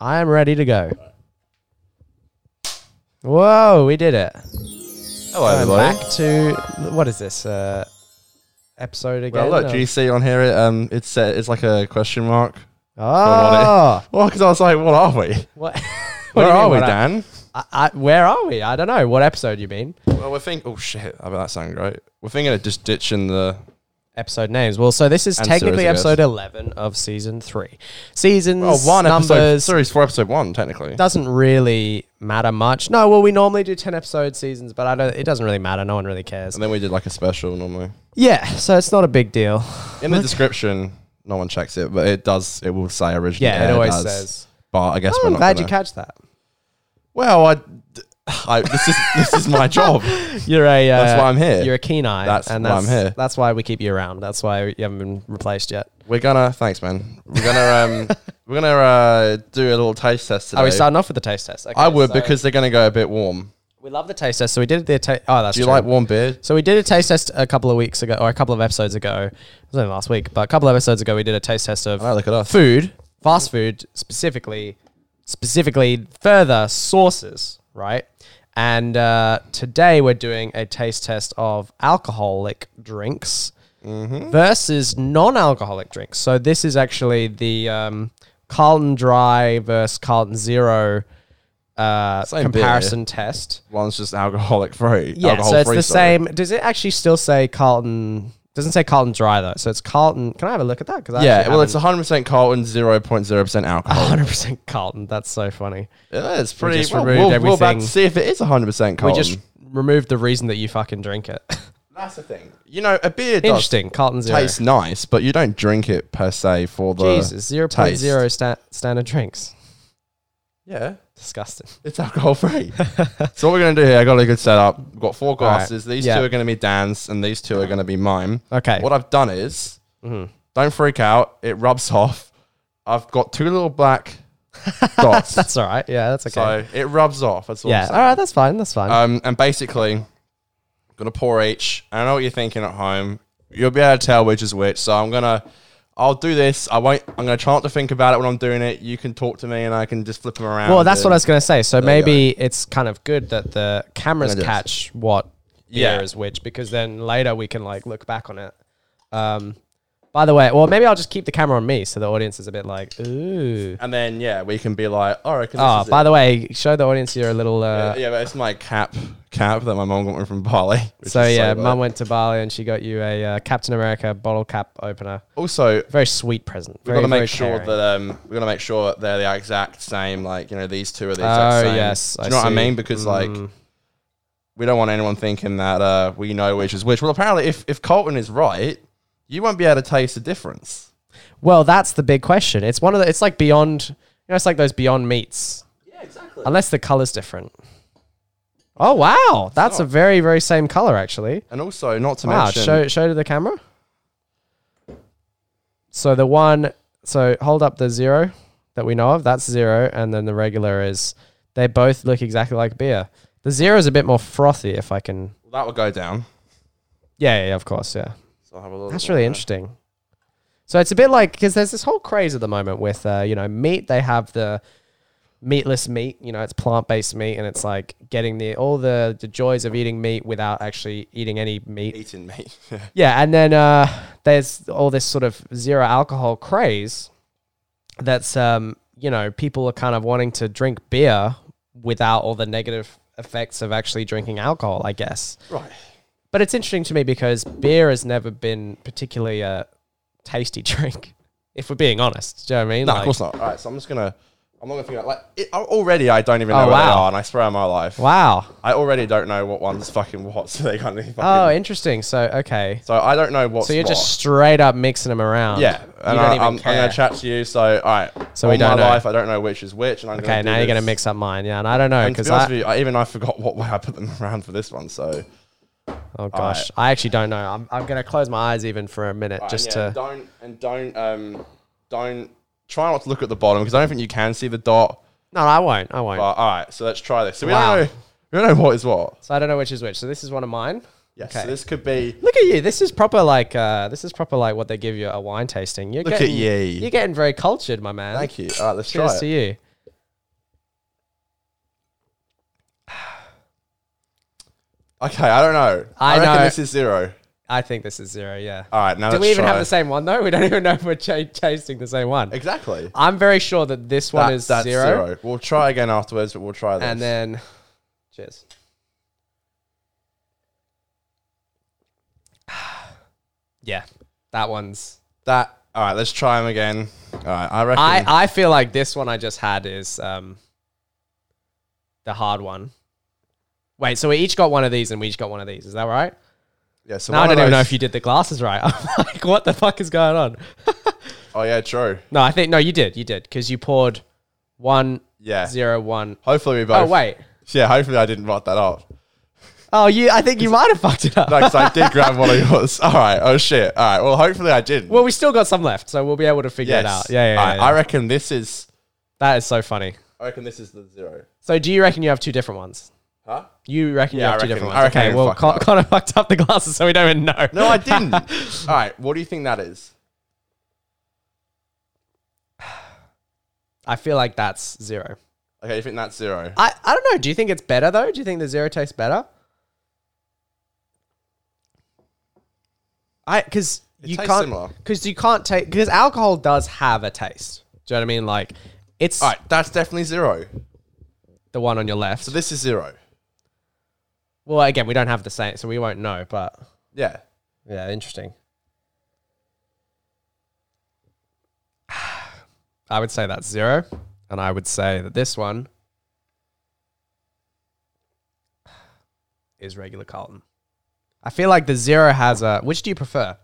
I am ready to go. Whoa, we did it. Hello, I'm Oh, everybody. Um, back to what is this uh, episode again? Well, look, of- GC on here. It, um, it's uh, it's like a question mark. Oh, Well, because I was like, what are we? what? what do Where you are mean, we, what I- Dan? I, I, where are we? I don't know. What episode you mean? Well, we're thinking. Oh shit! I bet that sounded great. We're thinking of just ditching the. Episode names. Well, so this is And technically series, I episode guess. eleven of season three. Seasons, Oh, one episode. numbers Series four, episode one, technically. doesn't really matter much. No, well, we normally do ten episode seasons, but I don't. It doesn't really matter. No one really cares. And then we did like a special normally. Yeah, so it's not a big deal. In the description, no one checks it, but it does. It will say original. Yeah, it always as, says. But I guess Oh, we're I'm not. glad gonna- you catch that. Well, I, I this is this is my job. You're a. Uh, That's why I'm here. You're a keen eye. That's and why I'm that's, here. That's why we keep you around. That's why you haven't been replaced yet. We're gonna thanks, man. We're gonna um we're gonna uh, do a little taste test today. Are Oh, we starting off with the taste test? Okay, I would so because they're gonna go a bit warm. we love the taste test. So we did the ta- oh, that's Do you true. like warm beer? So we did a taste test a couple of weeks ago, or a couple of episodes ago. It was only last week, but a couple of episodes ago, we did a taste test of I know, look at us. food, fast food specifically, specifically further sauces, right? And uh, today we're doing a taste test of alcoholic drinks Mm-hmm. versus non-alcoholic drinks. So this is actually the um, Carlton Dry versus Carlton Zero uh, Same beer. comparison test. One's just alcoholic free. Yeah, alcohol so it's free, the sorry. same. Does it actually still say Carlton? Doesn't say Carlton Dry though. So it's Carlton. Can I have a look at that? Because Yeah, well, it's 100 percent Carlton, 0.0 percent alcohol. 100 percent Carlton. That's so funny. Yeah, it's pretty. Ah, just well, removed we'll, we'll back everything. to see if it is 100 percent Carlton. We just removed the reason that you fucking drink it. that's the thing. You know, a beer does Interesting. Carlton Zero. taste nice, but you don't drink it per se for the Jesus, 0.0 sta- standard drinks. Yeah, Disgusting. it's alcohol free. so what we're gonna do here? I got a good setup. We've got four right. glasses. These Yeah. two are gonna be Dan's, and these two are gonna be mine. Okay. What I've done is, don't freak out. It rubs off. I've got two little black dots, That's all right. Yeah, that's okay. so it rubs off. That's all. I'm yeah. saying. All right. That's fine. That's fine. Um, and basically, I'm gonna pour each. I know what you're thinking at home. You'll be able to tell which is which. So I'm gonna, I'll do this. I won't. I'm gonna try not to think about it when I'm doing it. You can talk to me, and I can just flip them around. well, that's what I and- was going to say. So you go. maybe it's kind of good that the cameras Gonna do catch what Yeah. beer is which, because then later we can like look back on it. Um, by the way, well, maybe I'll just keep the camera on me so the audience is a bit like, ooh. And then yeah, we can be like, oh, I reckon this Oh, is by it. the way, show the audience your little. Uh, yeah, but it's my cap cap that my mom got me from Bali. which So is yeah, bad. mum went to Bali and she got you a uh, Captain America bottle cap opener. Also, Very sweet present. we've Very, got to very make sure caring. that um, we've got to make sure that they're the exact same. Like you know, these two are the Oh, exact same. yes, Do you I know what I see. Mm. mean? Because like, we don't want anyone thinking that uh, we know which is which. Well, apparently, if if Colton is right, you won't be able to taste the difference. Well, that's the big question. It's one of the. It's like beyond. You know, it's like those Beyond Meats. Yeah, exactly. Unless the color's different. Oh wow, that's a very very same color actually. And also, not to Wow, mention, show show to the camera. So the one, so hold up the zero that we know of. That's zero, and then the regular is. They both look exactly like beer. The zero is a bit more frothy, if I can. that will go down. Yeah, yeah, yeah, of course, yeah. So I'll have a little That's really more. interesting. So it's a bit like because there's this whole craze at the moment with uh, you know meat. They have the meatless meat. You know, it's plant based meat, and it's like getting the all the, the joys of eating meat without actually eating any meat. Eating meat. Yeah, and then uh, there's all this sort of zero alcohol craze. That's um, you know people are kind of wanting to drink beer without all the negative effects of actually drinking alcohol. I guess right. but it's interesting to me because beer has never been particularly a tasty drink, if we're being honest. Do you know what I mean? No, Like- of course not. All right, so I'm just gonna. I'm not gonna think about like it, al- already. I don't even Oh, know what they wow. are, and I swear on my life, Wow. I already don't know what one's fucking what. So they can't fucking. Oh, interesting. So okay. so I don't know what's So you're what. just straight up mixing them around. yeah. You And don't I, even I'm, I'm care. gonna chat to you. So all right. So all we don't my know. life, I don't know which is which, and I'm okay, Gonna do now you're gonna this. mix up mine. Yeah, and I don't know And to because be honest I. with you, I, even I forgot what way I put them around for this one. So Oh gosh, I actually don't know. I'm, I'm gonna close my eyes even for a minute just and yeah, to. don't and don't um don't try not to look at the bottom because I don't think you can see the dot. No, I won't. I won't. But all right, so let's try this. So we Wow. don't know. We don't know what is what. so I don't know which is which. So this is one of mine. Yes. Okay. So this could be. Look at you. This is proper like uh, this is proper like what they give you at wine tasting. You're Look at getting, ye. You're getting very cultured, my man. Thank you. All right, let's try Cheers it. to you. Okay, I don't know. I reckon know. this is zero. I think this is zero. Yeah. All right, now Do let's we even try. have the same one though? We don't even know if we're cha- tasting the same one. Exactly. I'm very sure that this one That- is that's zero, We'll try again afterwards, but we'll try this. and then cheers. yeah, that one's. that. All right, let's try them again. All right, I reckon. I I feel like this one I just had is um the hard one. Wait, so we each got one of these, and we each got one of these. Is that right? yeah, so Now I one don't of even know those- if you did the glasses right. I'm like, what the fuck is going on? Oh yeah, true. No, I think no, you did, you did, because you poured one Yeah. zero one. Hopefully we Oh both. wait. Yeah, hopefully I didn't write that off. Oh, you. I think you might have fucked it up. No, 'cause I did grab one of yours. All right. Oh shit. All right. Well, hopefully I didn't. well, we still got some left, so we'll be able to figure yes. it out. Yeah, yeah, All yeah, right, yeah. I reckon this is. that is so funny. I reckon this is the zero. So, do you reckon you have two different ones? Huh? You reckon Yeah, you have I two reckon- different I ones? reckon Okay, I well, fucked Con- it up. Connor fucked up the glasses, so we don't even know. No, I didn't. All right. What do you think that is? I feel like that's zero. Okay, you think that's zero? I, I don't know. Do you think it's better though? Do you think the zero tastes better? I because It you tastes similar. can't because you can't take because alcohol does have a taste. Do you know what I mean? Like it's All right. That's definitely zero. the one on your left. So this is zero. well, again, we don't have the same, so we won't know. But Yeah. yeah, interesting. I would say that's zero, and I would say that this one is regular Carlton. I feel like the zero has a. Which do you prefer?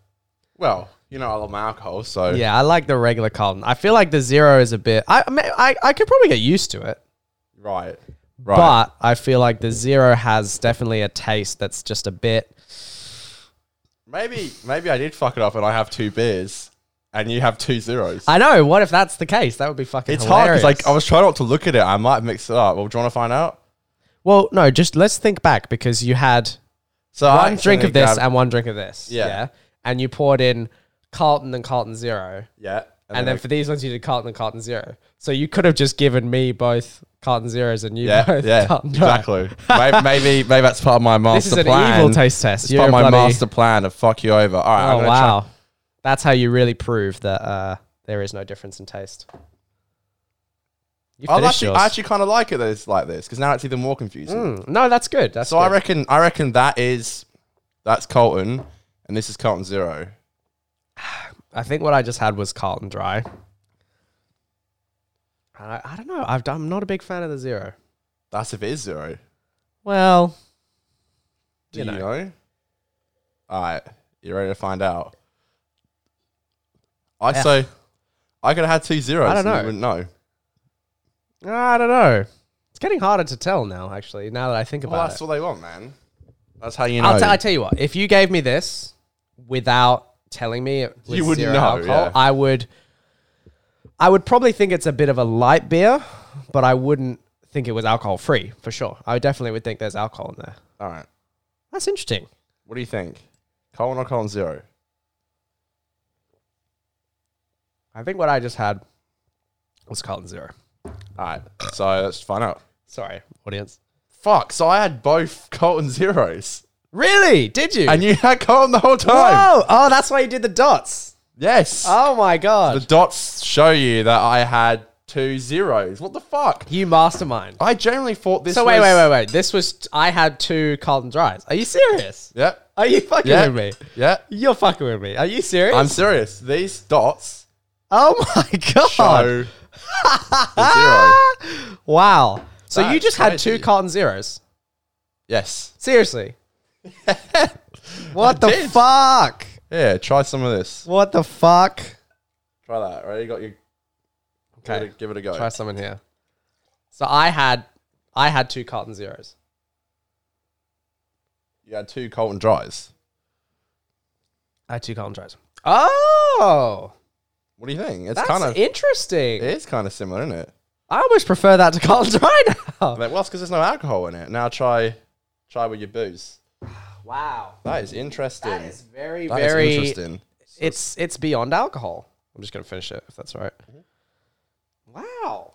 Well, you know I love my alcohol, so Yeah, I like the regular Carlton. I feel like the zero is a bit. I I mean, I, I could probably get used to it, right. Right. but I feel like the zero has definitely a taste that's just a bit. Maybe maybe I did fuck it up and I have two beers and you have two zeros. I know. What if that's the case? That would be fucking. it's hard because like hilarious. I was trying not to look at it. I might mix it up. Well, do you want to find out? Well, no, just let's think back because you had So one drink of this grabbed- and one drink of this. Yeah. And you poured in Carlton and Carlton Zero. yeah, And, then, for these ones, you did Carlton and Carlton Zero. So you could have just given me both Carlton Zeros and you yeah, both yeah, Carlton Dry. exactly. maybe, maybe maybe that's part of my master This is an plan. evil taste test. It's You're part of my bloody- master plan to fuck you over. All right, I'm Oh, gonna try. wow. That's how you really prove that uh, there is no difference in taste. You I finished actually, yours. I actually kind of like it that it's like this because now it's even more confusing. Mm, no, that's good. That's So I reckon I reckon that is that's Colton and this is Colton Zero. I think what I just had was Carlton Dry. I, I don't know. I've, I'm not a big fan of the zero. That's if it is zero. Well, Do You you know? know. All right, you ready to find out? I Yeah. so I could have had two zeros. I don't and you know. wouldn't know. I don't know. It's getting harder to tell now, actually, now that I think Well, about that's it. what they want, man. That's how you know. I'll t- I tell you what, if you gave me this without telling me it was You wouldn't zero know, alcohol, yeah. I would I would probably think it's a bit of a light beer, but I wouldn't think it was alcohol free for sure. I definitely would think there's alcohol in there. All right. That's interesting. What do you think? Colton or Colton Zero? I think what I just had was Carlton Zero. All right. So let's find out. Sorry, audience. Fuck. So I had both Colton Zeros, Really? Did you? and you had Colton the whole time. oh, oh, that's why you did the dots. Yes. Oh my the god. dots show you that I had two zeros. What the fuck? you mastermind. I generally thought this. So wait, was- wait, wait, wait. This was I had two Carlton Dries. Are you serious? Yep. Are you fucking Yeah. with me? Yeah. You're fucking with me. Are you serious? I'm serious. These dots oh my god! show the zero. Wow. So you That's just had two crazy. Carlton Zeros. Yes. Seriously. what the did. fuck? Yeah. Try some of this. What the fuck? Try that. Right. You got your. Okay. Give it a, give it a go. Try someone here. So I had, I had two Carlton Zeros. You had two Colton dries. I had two Carlton Dries. Oh, What do you think? It's that's kind of. interesting. It is kind of similar, isn't it? I almost prefer that to Carlton Dry now. I'm like, well, it's because there's no alcohol in it. Now try, try with your booze. Wow. That is interesting. That is very, That is very. interesting. It's it's beyond alcohol. I'm just gonna finish it if that's all right. Wow,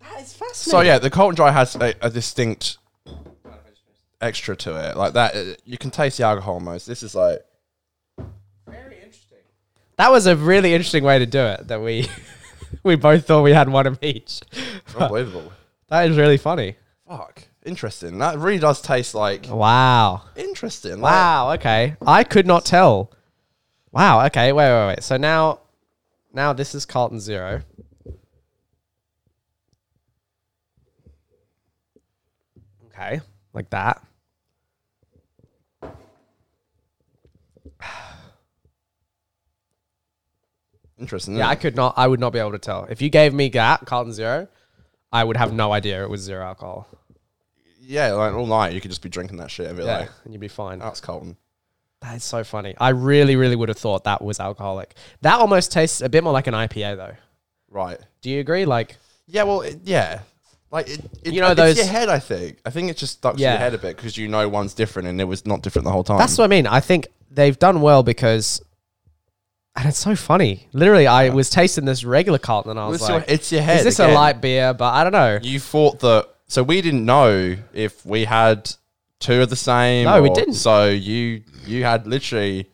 that is fascinating. So yeah, the Colton dry has a, a distinct extra to it. Like that, uh, you can taste the alcohol most. This is like very interesting. That was a really interesting way to do it. That we we both thought we had one of each. Unbelievable. That is really funny. Fuck. Interesting. That really does taste like Wow. interesting. like- Wow. Okay. I could not tell. Wow. Okay. Wait. Wait. Wait. So now, now this is Carlton Zero. Okay. Like that. interesting. Yeah. isn't I it? could not. I would not be able to tell. If you gave me that Carlton Zero, I would have no idea it was zero alcohol. yeah. Like all night, you could just be drinking that shit and be Yeah. like, and you'd be fine. "That's Colton." That is so funny. I really, really would have thought that was alcoholic. That almost tastes a bit more like an IPA though. Right. Do you agree? Like. Yeah. Well. It, yeah. Like it, it, You know it's those- your head. I think. I think it just stuck to Yeah. your head a bit because you know one's different and it was not different the whole time. That's what I mean. I think they've done well because, and it's so funny. Literally, I was tasting this regular Carlton and I was it's, like, your, it's your head. "Is this a again. light beer?" But I don't know. You thought that. So we didn't know if we had two of the same. No, we or- didn't. So you you had literally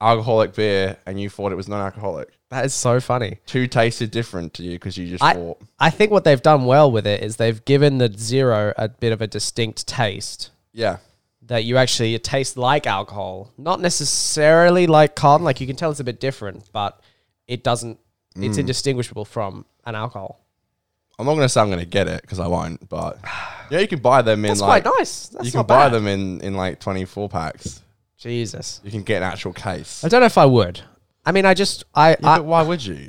alcoholic beer and you thought it was non-alcoholic. That is so funny. Two tasted different to you because you just I, thought. I think what they've done well with it is they've given the zero a bit of a distinct taste Yeah. that you actually it tastes like alcohol, not necessarily like Carlton. Like you can tell it's a bit different, but it doesn't. It's Mm. indistinguishable from an alcohol. I'm not gonna say I'm gonna get it because I won't. But yeah, you can buy them in That's like quite nice. That's you can not buy bad. them in in like 24 packs. Jesus, You can get an actual case. I don't know if I would. I mean, I just I I, but why would you?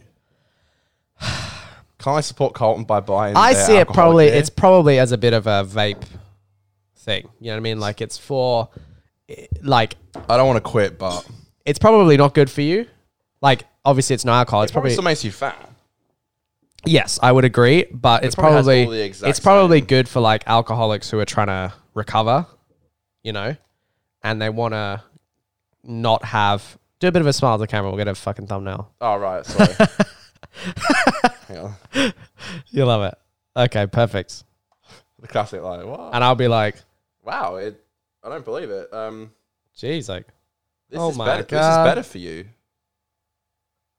Can't I support Colton by buying? I their see it alcoholic probably. beer? It's probably as a bit of a vape thing. You know what I mean? Like it's for, i- like I don't want to quit, but it's probably not good for you. Like obviously it's not alcohol. It's probably probably still makes you fat. yes, I would agree. But it's probably has probably, all the exact it's probably good for like alcoholics who are trying to recover, you know, and they want to not have do a bit of a smile to the camera. We'll get a fucking thumbnail. Oh right, sorry. Hang on. You love it. Okay, perfect. The classic like, wow, And I'll be like, wow, it, I don't believe it. Um, geez, like this Oh is my better. This God. is better for you.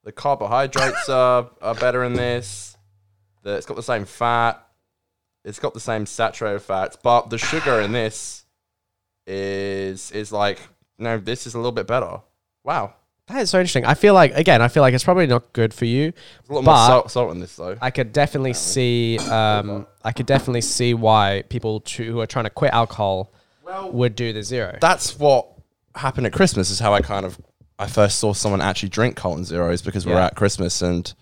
The carbohydrates are are better in this. The, it's got the same fat. It's got the same saturated fats, but the sugar in this is is like no, this is a little bit better. Wow, that is so interesting. I feel like again, I feel like it's probably not good for you, There's a lot But- more salt, salt in this though. I could definitely see. Um, I could definitely see why people tr- who are trying to quit alcohol Well, would do the zero. that's what happened at Christmas is how I kind of I first saw someone actually drink Colton Zeros because we were Yeah. at Christmas and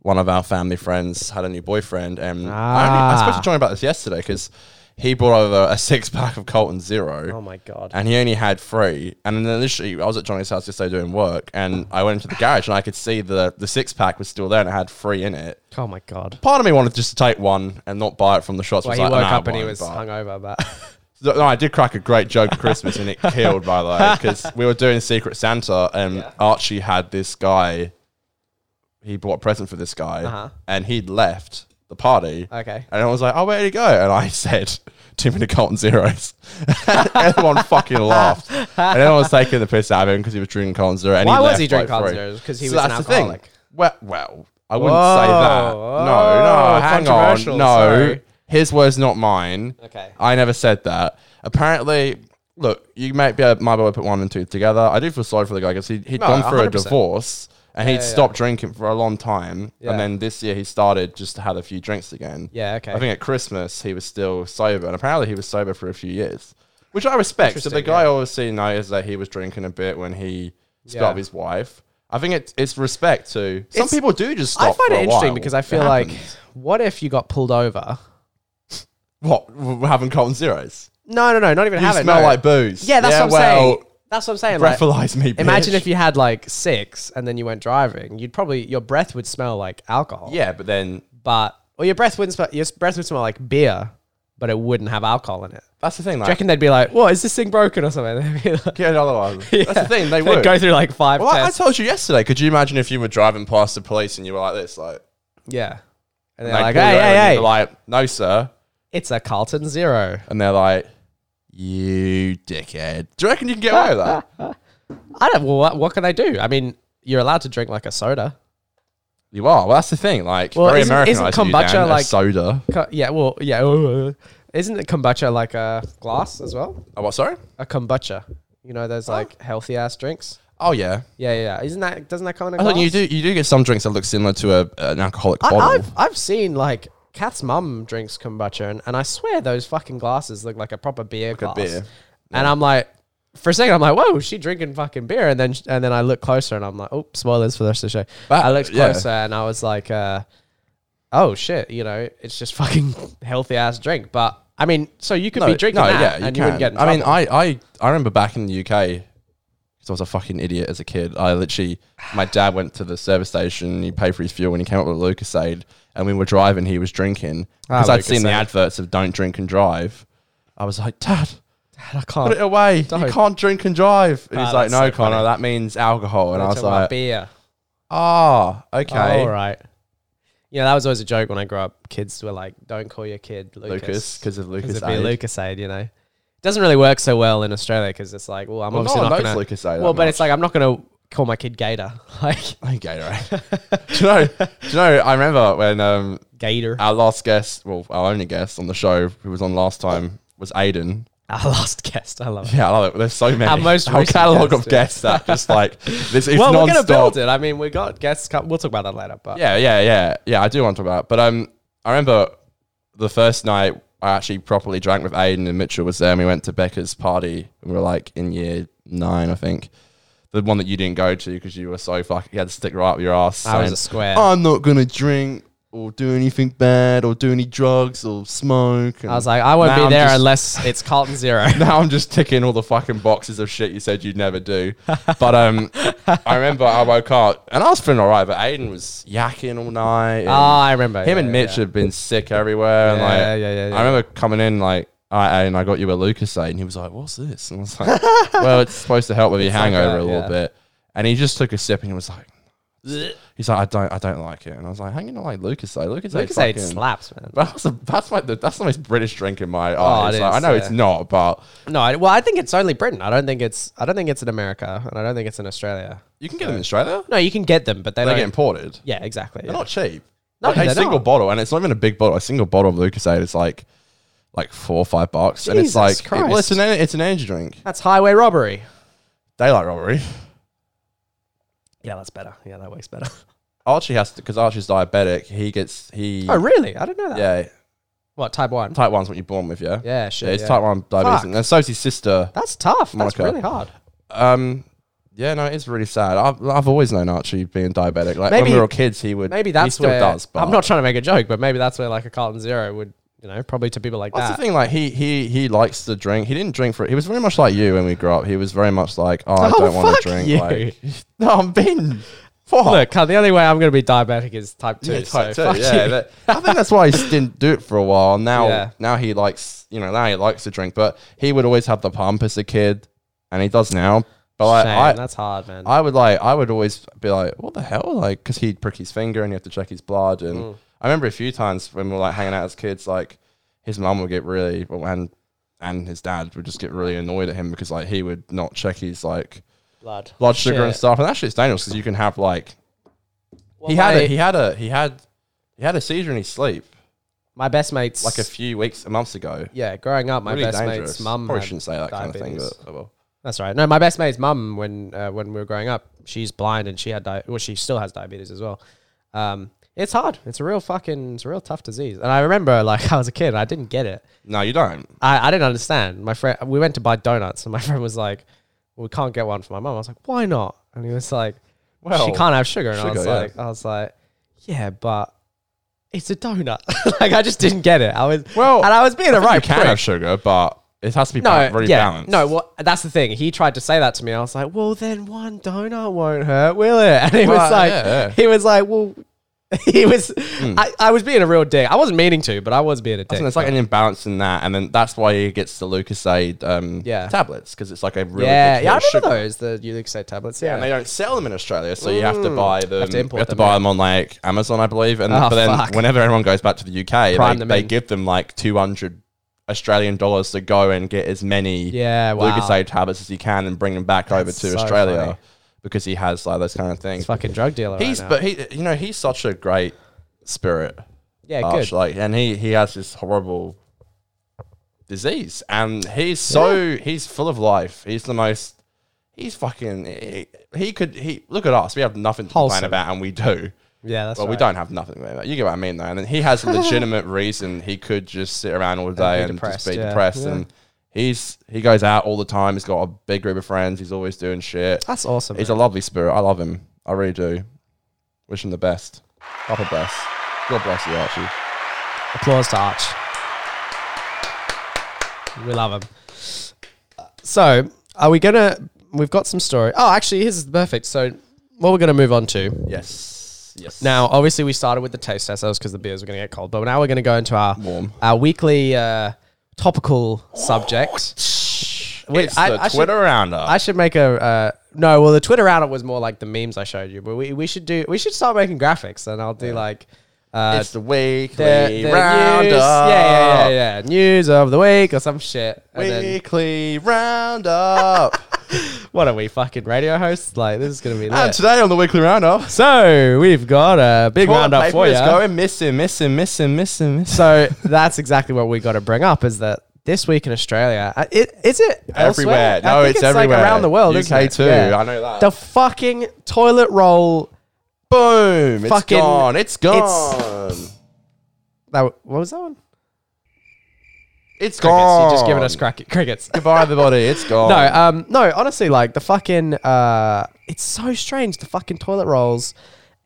one of our family friends had a new boyfriend and I, only, I Ah. spoke to Johnny about this yesterday because he brought over a six pack of Colton Zero oh my god! and he only had three and then literally I was at Johnny's house yesterday doing work and I went into the garage and I could see the the six pack was still there and it had three in it. Oh my god! Part of me wanted just to take one and not buy it from the shots. Well, was he like, woke "Nah, up and he one," was but- hungover, but no, no, I did crack a great joke at Christmas and it killed, by the way, because we were doing Secret Santa and Archie had this guy. He bought a present for this guy Uh-huh. and he'd left the party. Okay. And I was like, oh, where'd he go? And I said, too many Colton Zeros. everyone fucking laughed. And everyone was taking the piss out of him because he was drinking Colton Zero. And Why was left, he drinking like, Carlton free. Zeros? Because he So was an that's the thing. alcoholic. Well, well, I wouldn't say that. Whoa, no, whoa, no, hang on. controversial, No, sorry. his words, not mine. Okay. I never said that. Apparently, look, you might be able, might be able to put one and two together. I do feel sorry for the guy because he, had No, gone through a 100%. divorce and he'd yeah, yeah. stopped drinking for a long time. Yeah. And then this year he started just to have a few drinks again. Yeah, okay. I think at Christmas he was still sober. And apparently he was sober for a few years, which I respect. So the guy obviously knows that he was drinking a bit when he split Yeah. up his wife. I think it, it's respect to some It's- people do just stop. I find for it a interesting while. because I It feel like, happens. what if you got pulled over? what we're having Colton zeros. No, no, no, not even You have it. smell no. like booze. yeah, that's what I'm well, saying. That's what I'm saying. Like, breathalyze me. Bitch. imagine if you had like six and then you went driving. You'd probably your breath would smell like alcohol. Yeah, but then but or your breath wouldn't smell. Your breath would smell like beer, but it wouldn't have alcohol in it. that's the thing. Do you Like, reckon they'd be like, "What is this thing broken or something?" They'd be like, get another one. That's the thing. They They'd would. go through like five well, I, I tests. told you yesterday. Could you imagine if you were driving past the police and you were like this, like, yeah, and and they're they like, pull you "Hey, over and hey, you're hey, like, no, sir, it's a Carlton Zero." and they're like, You dickhead. Do you reckon you can get away with that? I don't. Well, what, what can I do? I mean, you're allowed to drink like a soda. You are. Well, that's the thing. Like, Well, very isn't- Americanized. isn't of you, Dan, kombucha, a like- soda? Co- yeah. Well, yeah. uh, Isn't a kombucha like a glass as well? Oh, what? Sorry. A kombucha. You know those like healthy ass drinks. Oh yeah. Yeah, yeah, yeah. Isn't that doesn't that come in a I glass? thought you do. You do get some drinks that look similar to a, an alcoholic I, bottle. I've I've seen like Kat's mum drinks kombucha, and, and I swear those fucking glasses look like a proper beer glass. beer. And I'm like, for a second, I'm like, whoa, is she drinking fucking beer, and then and then I look closer, and I'm like, oh, spoilers for the rest of the show. But- I looked yeah. closer, and I was like, uh, oh shit, you know, it's just fucking healthy ass drink. But I mean, so you could be drinking that, and you wouldn't get. In I mean, trouble. I, I I remember back in the UK because I was a fucking idiot as a kid. I literally, my dad went to the service station. and He paid for his fuel, and he came up with Lucasade. And we were driving. He was drinking Ah, because I'd seen the Lucasade. adverts of "Don't drink and drive." I was like, Dad. I Put it can't. away. Don't. You can't drink and drive. And he's Ah, like, that's no, so Connor, funny. that means alcohol. And I was like, beer. Ah, Oh, okay. all right. You know, that was always a joke when I grew up. Kids were like, don't call your kid Lucas. Lucas, because of Because Lucas. it'd be LucasAid, you know. It doesn't really work so well in Australia because it's like, well, I'm Well, no obviously one not knows going to. Lucas Aid Well, that but it's like, I'm not going to call my kid Gator. Like, Okay, right. do you know? Do you know? I remember when um, Gator. our last guest, well, our only guest on the show who was on last time was Aiden. Our last guest. I love it. Yeah, I love it. There's so many. Our most Our recent catalog guest, of yeah. guests that just like this is well, we're going to non-stop. build it. I mean, we got guests. co- We'll talk about that later. But Yeah, yeah, yeah, yeah. I do want to talk about, it. but um, I remember the first night I actually properly drank with Aiden and Mitchell was there, and we went to Becca's party. We were like in year nine, I think, the one that you didn't go to because you were so fucking. You had to stick right up your ass. I was saying, a square. I'm not gonna drink or do anything bad or do any drugs or smoke. And I was like, I won't Nah, be I'm there just- unless it's Carlton Zero. now I'm just ticking all the fucking boxes of shit you said you'd never do. But um, I remember I woke up and I was feeling alright, but Aiden was yakking all night. and- oh, I remember. him Yeah, and Mitch yeah. had been sick everywhere. and Yeah, like, yeah, yeah, yeah. I remember coming in like, all right, and I got you a Lucasade, and he was like, "What's this?" And I was like, "Well, it's supposed to help with your like hangover that, a little yeah. bit." And he just took a sip, and he was like, "He's like, I don't, I don't like it." And I was like, "How can you not like Lucasade? Lucasade, LucasAid fucking." slaps, man. that's, a, that's my that's the most British drink in my eyes. Oh, it Like, I is, know yeah. it's not, but No, I, well, I think it's only Britain. I don't think it's. I don't think it's in America, and I don't think it's in Australia. you can get them in Australia. No, you can get them, but they They don't. get Oh. imported. yeah, exactly. They're yeah. not cheap. No, Like, a they're single not. bottle, and it's not even a big bottle. A single bottle of Lucasade is like like four or five bucks, and it's Jesus like it- well, Christ. it's an en- it's an energy drink. That's highway robbery. Daylight robbery. Yeah, that's better. Yeah, that works better. Archie has to because Archie's diabetic. He gets he Oh, really? I didn't know that. yeah What type one? type one's what you're born with. Yeah, Yeah, Yeah, shit. it's yeah. type one diabetes, Fuck. and so's his sister. That's tough. Monica. That's really hard. Um, yeah, no, it's really sad. I've, I've always known Archie being diabetic. Like when Maybe- we were kids, he would Maybe that's he still where does. But I'm not trying to make a joke, but maybe that's where like a Carlton Zero would, you know, probably to people like That's that. the thing. Like he he he likes to drink. He didn't drink for. He was very much like you when we grew up. He was very much like, oh, I Oh, don't want fuck to drink. you. Like, no, I'm being. What? Look, Carl, the only way I'm going to be diabetic is type two. Yeah, so type fuck two, yeah, you. that- I think that's why he didn't do it for a while. Now, Yeah. now he likes, you know, now he likes to drink, but he would always have the pump as a kid, and he does now. But like, Shame, I, that's hard, man. I would like, I would always be like, what the hell? Like, because he'd prick his finger and you have to check his blood. And Mm. I remember a few times when we were like hanging out as kids, like his mum would get really, well, and and his dad would just get really annoyed at him because like he would not check his like blood. blood sugar and Shit. stuff. And actually, it's dangerous because you can have like Well, he had my, a, he had a he had he had a seizure in his sleep my best mates like a few weeks months ago. yeah, growing up, my really best dangerous. mate's mum Probably had shouldn't say that kind of diabetes. thing, but oh well. That's right. No, my best mate's mum when uh, when we were growing up, she's blind and she had di- well, she still has diabetes as well. Um, it's hard. It's a real fucking, it's a real tough disease. And I remember like I was a kid, and I didn't get it. No, you don't. I, I didn't understand. My friend, we went to buy donuts, and my friend was like, well, "We can't get one for my mum." I was like, "Why not?" And he was like, "Well, Well, she can't have sugar." And I sugar, was yeah. like, "I was like, yeah, but." It's a donut. like I just didn't get it. I was Well, and I was being a Right, you right can prick. have sugar, but it has to be No, ba- very yeah, balanced. no. Well, that's the thing. He tried to say that to me. I was like, "Well, then one donut won't hurt, will it?" And he Well, was like, yeah, yeah. "He was like, well, he was." I, I was being a real dick. I wasn't meaning to, but I was being a dick. And it's like an imbalance in that, and then that's why he gets the Lucasaid um, Yeah. tablets because it's like a really yeah, good yeah. I hit of remember sugar. those the Ulixate tablets. Yeah, And they don't sell them in Australia, so you have to Mm. buy them. Have to import you have to them, buy yeah. them on like Amazon, I believe. And Oh, but then fuck. whenever everyone goes back to the UK, Prime they, them they in. give them like two hundred Australian dollars to go and get as many Yeah, wow. Lucasade tablets as he can and bring them back over That's to so Australia funny. because he has like those kind of things. Fucking drug dealer. He's right now. but he you know he's such a great spirit. yeah, Arch, good. like and he he has this horrible disease and he's so he's full of life. He's the most he's fucking he, he could he look at us. We have nothing to Wholesome. complain about and we do. yeah, that's Well, we right. don't have nothing like that. You get what I mean, though. And then he has a legitimate reason he could just sit around all day and, depressed, just be yeah. depressed. Yeah. And he's he goes out all the time. He's got a big group of friends. He's always doing shit. That's awesome. He's man. a lovely spirit. I love him. I really do. Wish him the best. Proper best. God bless you, Archie. Applause to Arch. We love him. So, are we gonna? We've got some story. Oh, actually, here's perfect. So, what we're gonna move on to Yes. Yes. now? Obviously, we started with the taste test. That was because the beers were gonna get cold. But now we're gonna go into our Warm. our weekly uh, topical subject. Wait, it's I- the I should- Twitter roundup. I should make a uh, no. Well, the Twitter roundup was more like the memes I showed you. But we, we should do. We should start making graphics, and I'll do like. Uh, it's the weekly the, the roundup. news. Yeah, yeah, yeah, yeah. News of the week or some shit. And then, Weekly roundup. what are we fucking radio hosts? Like this is gonna be and lit. today on the weekly roundup, So we've got a big Toilet roundup paper for you. is going missing, missing, missing, missing, missing. So that's exactly what we got to bring up is that this week in Australia, uh, it is it elsewhere? Everywhere. I No, think it's everywhere. Like around the world. UK isn't it? too. I know that. The fucking toilet roll. boom! It's Fucking- gone. It's gone. it's- It's, That what was that one? gone. uh, You're just giving us crack- crickets. Goodbye, everybody. It's gone. No, um, no. Honestly, like the fucking, uh, it's so strange. The fucking toilet rolls.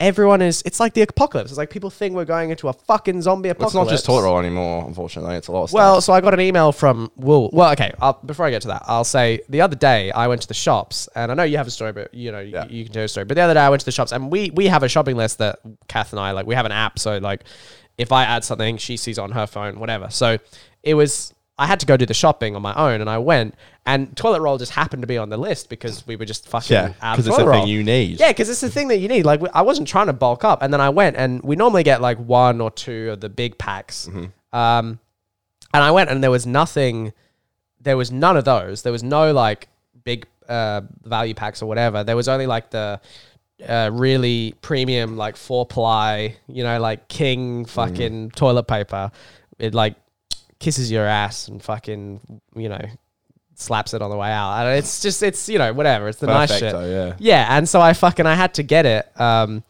Everyone is. It's like the apocalypse. It's like people think we're going into a fucking zombie it's apocalypse. not just toilet roll anymore. Unfortunately, it's a lot of stuff. Well, so I got an email from Wool. Well, okay. I'll, before I get to that, I'll say the other day I went to the shops, and I know you have a story, but you know y- you, can tell a story. But the other day I went to the shops, and we we have a shopping list that Kath and I like. We have an app, so like if I add something, she sees on her phone, whatever. So it was. I had to go do the shopping on my own, and I went, and toilet roll just happened to be on the list because we were just fucking yeah, out of because it's toilet the roll. thing you need. Yeah, because it's the thing that you need. Like, w- I wasn't trying to bulk up, and then I went, and we normally get like one or two of the big packs. Um, and I went, and there was nothing. There was none of those. There was no like big uh, value packs or whatever. There was only like the uh, really premium, like four ply, you know, like Mm. king fucking toilet paper. It like kisses your ass and fucking, you know. Slaps it on the way out, and it's just it's you know whatever. It's the nice shit. Perfecto, yeah. Yeah, and so I fucking I had to get it. Um,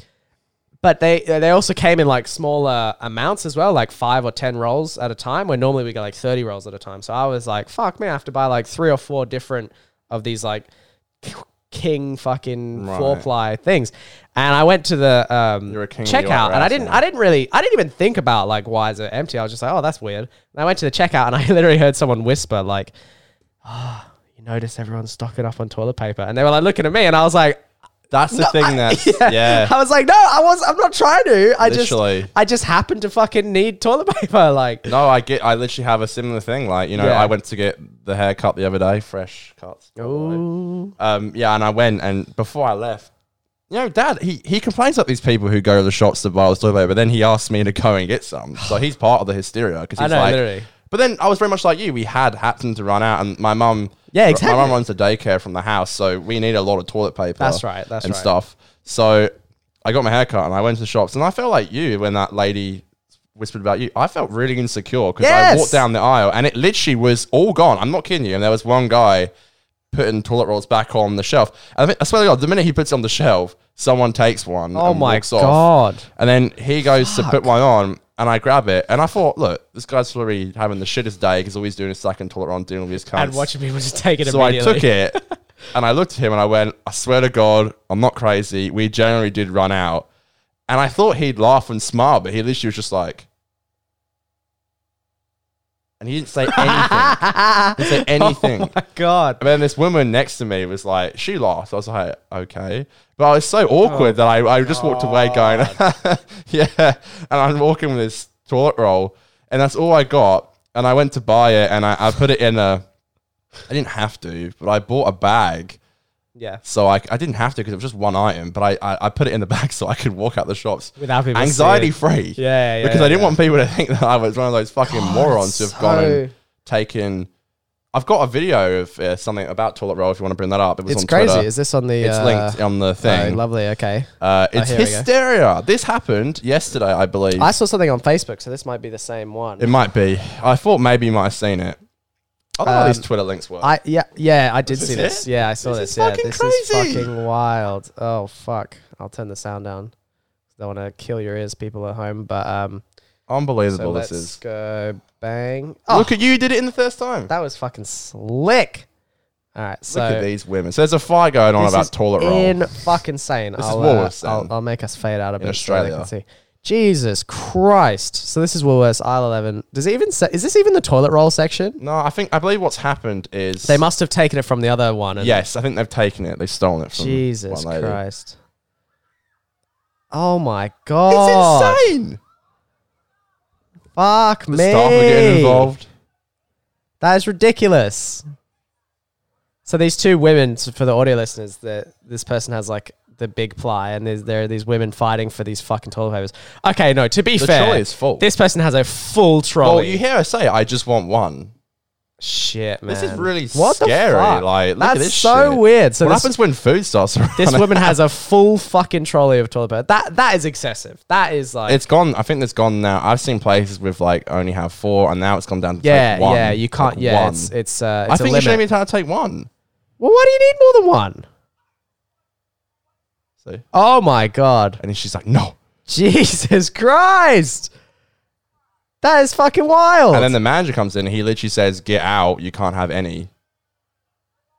but they uh, they also came in like smaller amounts as well, like five or ten rolls at a time. Where normally we get like thirty rolls at a time. So I was like, fuck me, I have to buy like three or four different of these like king fucking Right. four ply things. And I went to the um, You're a king of your checkout, and I ass didn't now. I didn't really I didn't even think about like why is it empty. I was just like, oh, that's weird. And I went to the checkout, and I literally heard someone whisper like "Ah, you notice everyone's stocking up on toilet paper. And they were like looking at me and I was like, That's the thing. That's yeah. yeah. I was like, no, I was, I'm not trying to. I Literally. just, I just happened to fucking need toilet paper. Like, No, I get. I literally have a similar thing. Like you know, Yeah. I went to get the haircut the other day, fresh cuts. by the way. Um, yeah, and I went, and before I left, you know, Dad, he, he complains about these people who go to the shops to buy the toilet paper, but then he asked me to go and get some. So he's part of the hysteria because I he's know, like. literally. But then I was very much like you. We had happened to run out, and my mum. Yeah, My exactly. mum runs a daycare from the house, so we need a lot of toilet paper. That's right, that's and right. stuff. So I got my haircut and I went to the shops, and I felt like you when that lady whispered about you. I felt really insecure because I Yes. walked down the aisle and it literally was all gone. I'm not kidding you. And there was one guy putting toilet rolls back on the shelf. I, mean, I swear to God, the minute he puts it on the shelf, someone takes one. oh and my walks off. God. And then he goes to put one on, and I grab it, and I thought, look, this guy's probably having the shittest day because all he's doing is sucking toilet roll and doing all these cunts. And watching people just take it so I immediately. took it, and I looked at him, and I went, I swear to God, I'm not crazy. We generally did run out, and I thought he'd laugh and smile, but he literally was just like, and he didn't say anything. he didn't say anything. Oh my God. And then this woman next to me was like, she laughed. I was like, okay. But I was so awkward that I, I just walked away Oh, going, yeah. And I'm walking with this toilet roll, and that's all I got. And I went to buy it, and I, I put it in a, I didn't have to, but I bought a bag. Yeah. So I, I didn't have to because it was just one item, but I, I, I put it in the bag so I could walk out the shops Without people anxiety seeing. free. Yeah, yeah, Because I didn't yeah. want people to think that I was one of those fucking morons who have gone so- and taken. I've got a video of uh, something about toilet roll. If you want to bring that up, it was It's on crazy. Twitter. Is this on the? It's uh, linked on the Oh, thing. lovely. Okay. uh, it's Oh, here we go. hysteria. This happened yesterday, I believe. I saw something on Facebook, so this might be the same one. it might be. I thought maybe you might have seen it. I don't know how these Um, Twitter links work. I yeah yeah I did Is see this this. it? Yeah, I saw This this. is yeah, fucking this crazy. is fucking wild. Oh fuck! I'll turn the sound down. Don't want to kill your ears, people at home. But um, so Unbelievable. let's this is. go bang. Oh, Look at you! Did it in the first time. that was fucking slick. All right, so Look at these women. So there's a fight going on this about is toilet roll. In fucking sane. is I'll, Woolworths uh, I'll, then. I'll make us fade out a bit so Australia. they can see. Jesus Christ! So this is Woolworths aisle eleven. Does it even say, is this even the toilet roll section? no, I think I believe what's happened is They must have taken it from the other one. And Yes, I think they've taken it. They've stolen it from Jesus one lady. Christ. Oh my It's god. insane. Fuck The me. staff are getting involved. That is ridiculous. So these two women so for the audio listeners that this person has like the big ply and there's, there are these women fighting for these fucking toilet papers. Okay, no, to be The fair. trolley is full. This person has a full trolley. Well, you hear her say, "I just want one." Shit, man. This is really what scary. The fuck? Like, look That's at this so shit. weird. So what this, happens when food starts? this running woman out? has a full fucking trolley of toilet paper. That that is excessive. That is like It's gone. I think that's gone now. I've seen places with like only have four, and now it's gone down to Yeah, like one. yeah, you can't. Like, yeah, one. it's it's. Uh, I it's a think you limit. should only try to take one. well, why do you need more than one? So, Oh my god, and then she's like, "No." Jesus Christ, that is fucking wild. And then the manager comes in. and He literally says, "Get out. You can't have any."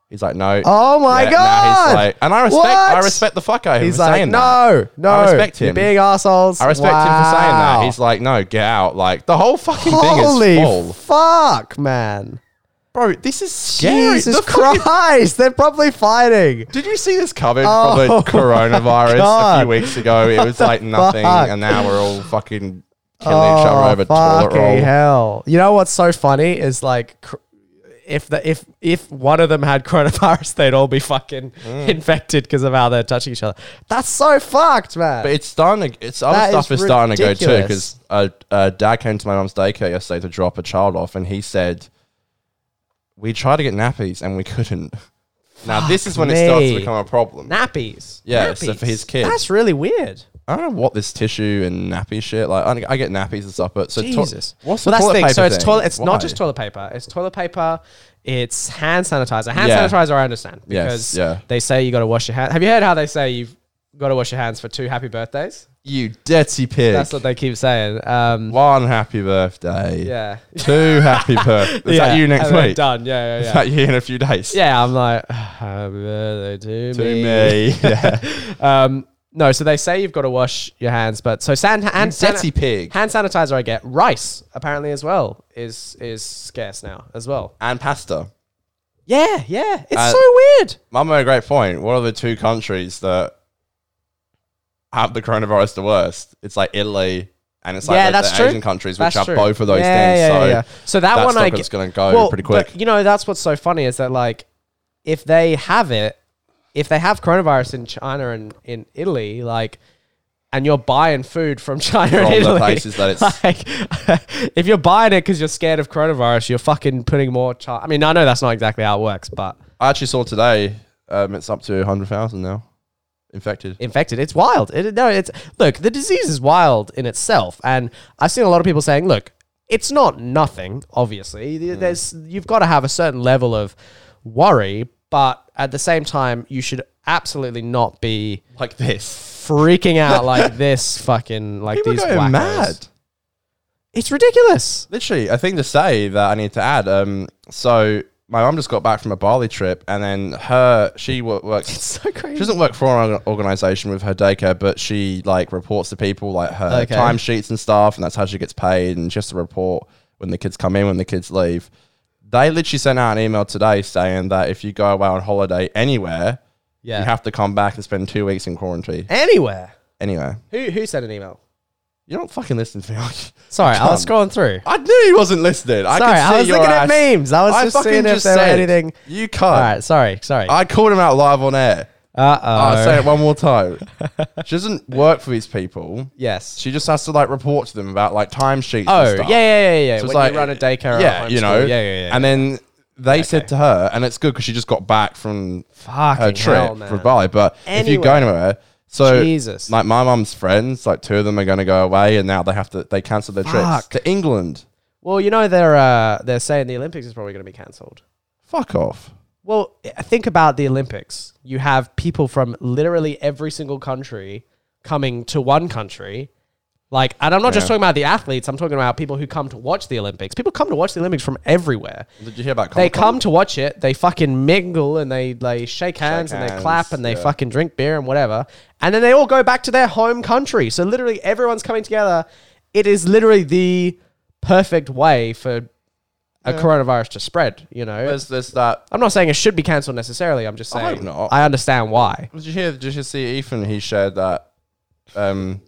He's like, "No." oh my Yeah, nah, god, he's like, and I respect. I What? respect the fuck out of him He's for like, saying that. no, no, I respect You're him. being assholes. I respect him for saying that. He's like, no, get out. Like the whole fucking thing holy is full, fuck, man. bro. This is scary. Jesus The fucking- Christ, they're probably fighting. did you see this coming from Oh the coronavirus a God. few weeks ago? It was like nothing, fuck? and now we're all fucking killing each Oh, other over toilet fucking roll. hell! You know what's so funny is like, cr- if the if if one of them had coronavirus, they'd all be fucking Mm. infected because of how they're touching each other. That's so fucked, man. But it's starting to, it's other That stuff is is, starting to go too. ridiculous. Because uh, uh, dad came to my mum's daycare yesterday to drop a child off, and he said, "We tried to get nappies and we couldn't." now this is when it starts to me. become a problem. nappies, Yeah, nappies. so for his kids. That's really weird. I don't know what this tissue and nappy shit. Like I, I get nappies and stuff, but so to- Jesus. what's the well, that's toilet the thing. paper So it's thing? toilet. It's Why? not just toilet paper. It's toilet paper. It's hand sanitizer. Hand Yeah. sanitizer, I understand Yes, because yeah. they say you got to wash your hands. Have you heard how they say you've got to wash your hands for two happy birthdays? You dirty pig. That's what they keep saying. Um, One happy birthday. yeah. Two happy birthdays. Is that Yeah, you next and then week? Done. Yeah, yeah, Is yeah. that you in a few days? yeah, I'm like, happy birthday to, To me. me. yeah. Um, no, so they say you've got to wash your hands, but so san- hand, Dirty pig. hand sanitizer I get. Rice apparently as well is is scarce now as well. And pasta. Yeah, yeah, it's Uh, so weird. Mum made a great point. What are the two countries that have the coronavirus the worst? It's like Italy and it's like Yeah, the, that's the true. Asian countries, which That's have true. both of those Yeah, things. yeah, so yeah, yeah. So that, that one I stock get is going to go Well, pretty quick. But, you know, that's what's so funny is that like if they have it, if they have coronavirus in China and in Italy, like and you're buying food from China From and the Italy, places that it's- like if you're buying it because you're scared of coronavirus, you're fucking putting more. Chi- I mean, I know that's not exactly how it works, but I actually saw today um, it's up to 100,000 now infected. infected. It's wild. It, no, it's look. The disease is wild in itself, and I've seen a lot of people saying, "Look, it's not nothing. Obviously, Mm. Th- there's you've got to have a certain level of worry, but at the same time, you should absolutely not be Like this. freaking out like this. Fucking like People these are going wackos. mad. It's ridiculous. Literally, a thing to say that I need to add. Um, so my mum just got back from a Bali trip, and then her she wo- works. So She crazy. doesn't work for an org- organization with her daycare, but she like reports to people like her Okay. timesheets and stuff, and that's how she gets paid. And she has to report when the kids come in, when the kids leave. They literally sent out an email today saying that if you go away on holiday anywhere, you Yeah. have to come back and spend two weeks in quarantine. Anywhere. Anyway, Who who sent an email? you don't fucking listen to me. Sorry, I, was can't. scrolling through. I knew he wasn't listening. I Sorry, could see I was your looking ass. at memes. I was I just fucking seeing if just there were said anything. You can't. All right. Sorry. Sorry. I called him out live on air. Uh I'll oh. say it one more time. she doesn't work for these people. yes. She just has to like report to them about like timesheets. oh, and yeah, stuff. yeah, yeah, yeah. So So it's when like- you run a daycare, or a yeah, homeschool. you know, yeah, yeah, yeah. And then they said to her, and it's good because she just got back from Fucking her trip hell, for man. Bali. But if you go Anywhere. anywhere, so Jesus. like my mum's friends, like two of them are going to go away, and now they have to they cancel their trips Fuck. to England. well, you know they're uh, they're saying the Olympics is probably going to be cancelled. Fuck off. Well, I- think about the Olympics. You have people from literally every single country coming to one country. Like, and I'm not just Yeah. talking about the athletes. I'm talking about people who come to watch the Olympics. People come to watch the Olympics from everywhere. Did you hear about? They Comic-Con? come to watch it. They fucking mingle and they they shake hands and they hands, clap and they yeah. fucking drink beer and whatever. And then they all go back to their home country. So literally everyone's coming together. It is literally the perfect way for a coronavirus to spread. You know, There's there's that. I'm not saying it should be cancelled necessarily. I'm just I saying hope not. I understand why. Did you hear? Did you see Ethan? He shared that. Um,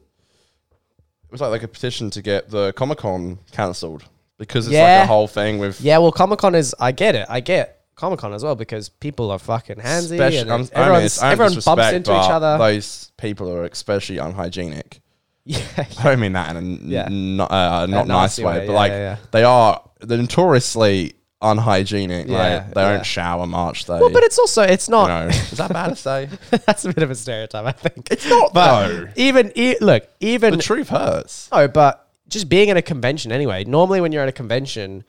it was like like a petition to get the Comic Con cancelled because it's like Yeah. a whole thing with Yeah, well, Comic Con is. I get it. I get Comic Con as well because people are fucking handsy. Spec- and I'm- it's- I mean, everyone's, it's- I don't everyone bumps disrespect, into each but other. Those people are especially unhygienic. Yeah, I don't mean that in a n- Yeah. n- not, uh, not nice nasty way, way, but yeah, like yeah, yeah. they are they're notoriously unhygienic. Yeah, like they yeah. don't shower much. They, Well, but it's also it's you not. know, is that bad to say? That's a bit of a stereotype, I think. It's not, but though. Even e- look, even The truth hurts. no, but just being at a convention anyway. Normally, when you're at a convention,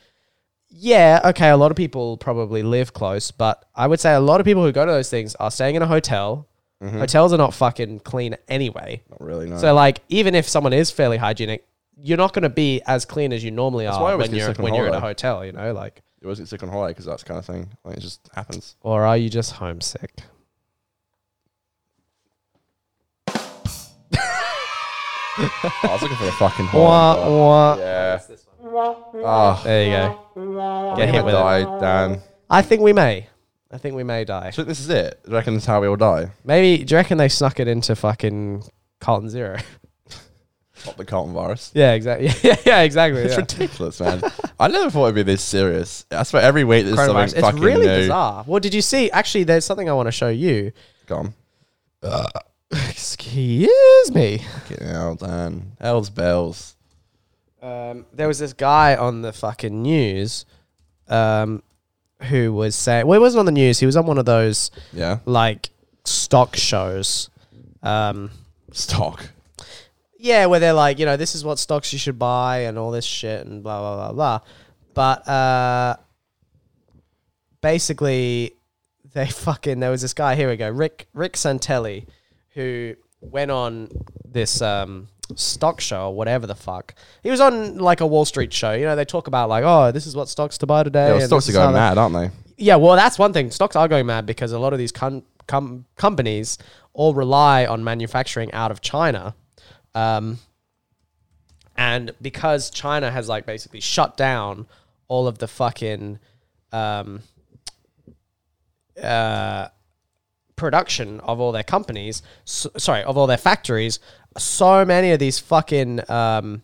yeah, okay, a lot of people probably live close, but I would say a lot of people who go to those things are staying in a hotel. Hotels are not fucking clean anyway. Not really. Mm-hmm. No. So, like, even if someone is fairly hygienic, you're not going to be as clean as you normally why I are always when get you're sick on when you're in a holiday. hotel. You know, like, you always get sick on holiday because that's kind of thing. Like it just happens. or are you just homesick? I was looking for the fucking Wah, holiday. wah. Yeah. Oh, There you go. Get hit I with it. died, Dan. I think we may. I think we may die. So this is it. Do you reckon this is how we all die? Maybe do you reckon they snuck it into fucking Carlton Zero? Not the Carlton virus. yeah, exactly. Yeah, yeah, exactly. It's yeah. ridiculous, man. I never thought it'd be this serious. I swear, every week there's something Coronavirus. It's fucking really new. bizarre. Well, did you see? Actually, there's something I want to show you. Gone. Excuse me. Fucking hell, Dan. Hell's bells. Um, there was this guy on the fucking news, um, who was saying, well, he wasn't on the news. He was on one of those Yeah. like stock shows. Um, Stock. Yeah, where they're like, you know, this is what stocks you should buy and all this shit and blah blah blah blah. But uh basically they fucking there was this guy, here we go, Rick Rick Santelli, who went on this um stock show or whatever the fuck. He was on like a Wall Street show, you know, they talk about like, oh, this is what stocks to buy today. Yeah, well, and stocks are this is how going they- mad, aren't they? yeah, well, that's one thing. Stocks are going mad because a lot of these com- com- companies all rely on manufacturing out of China. Um, and because China has like basically shut down all of the fucking um, uh, production of all their companies, s sorry, of all their factories, so many of these fucking um,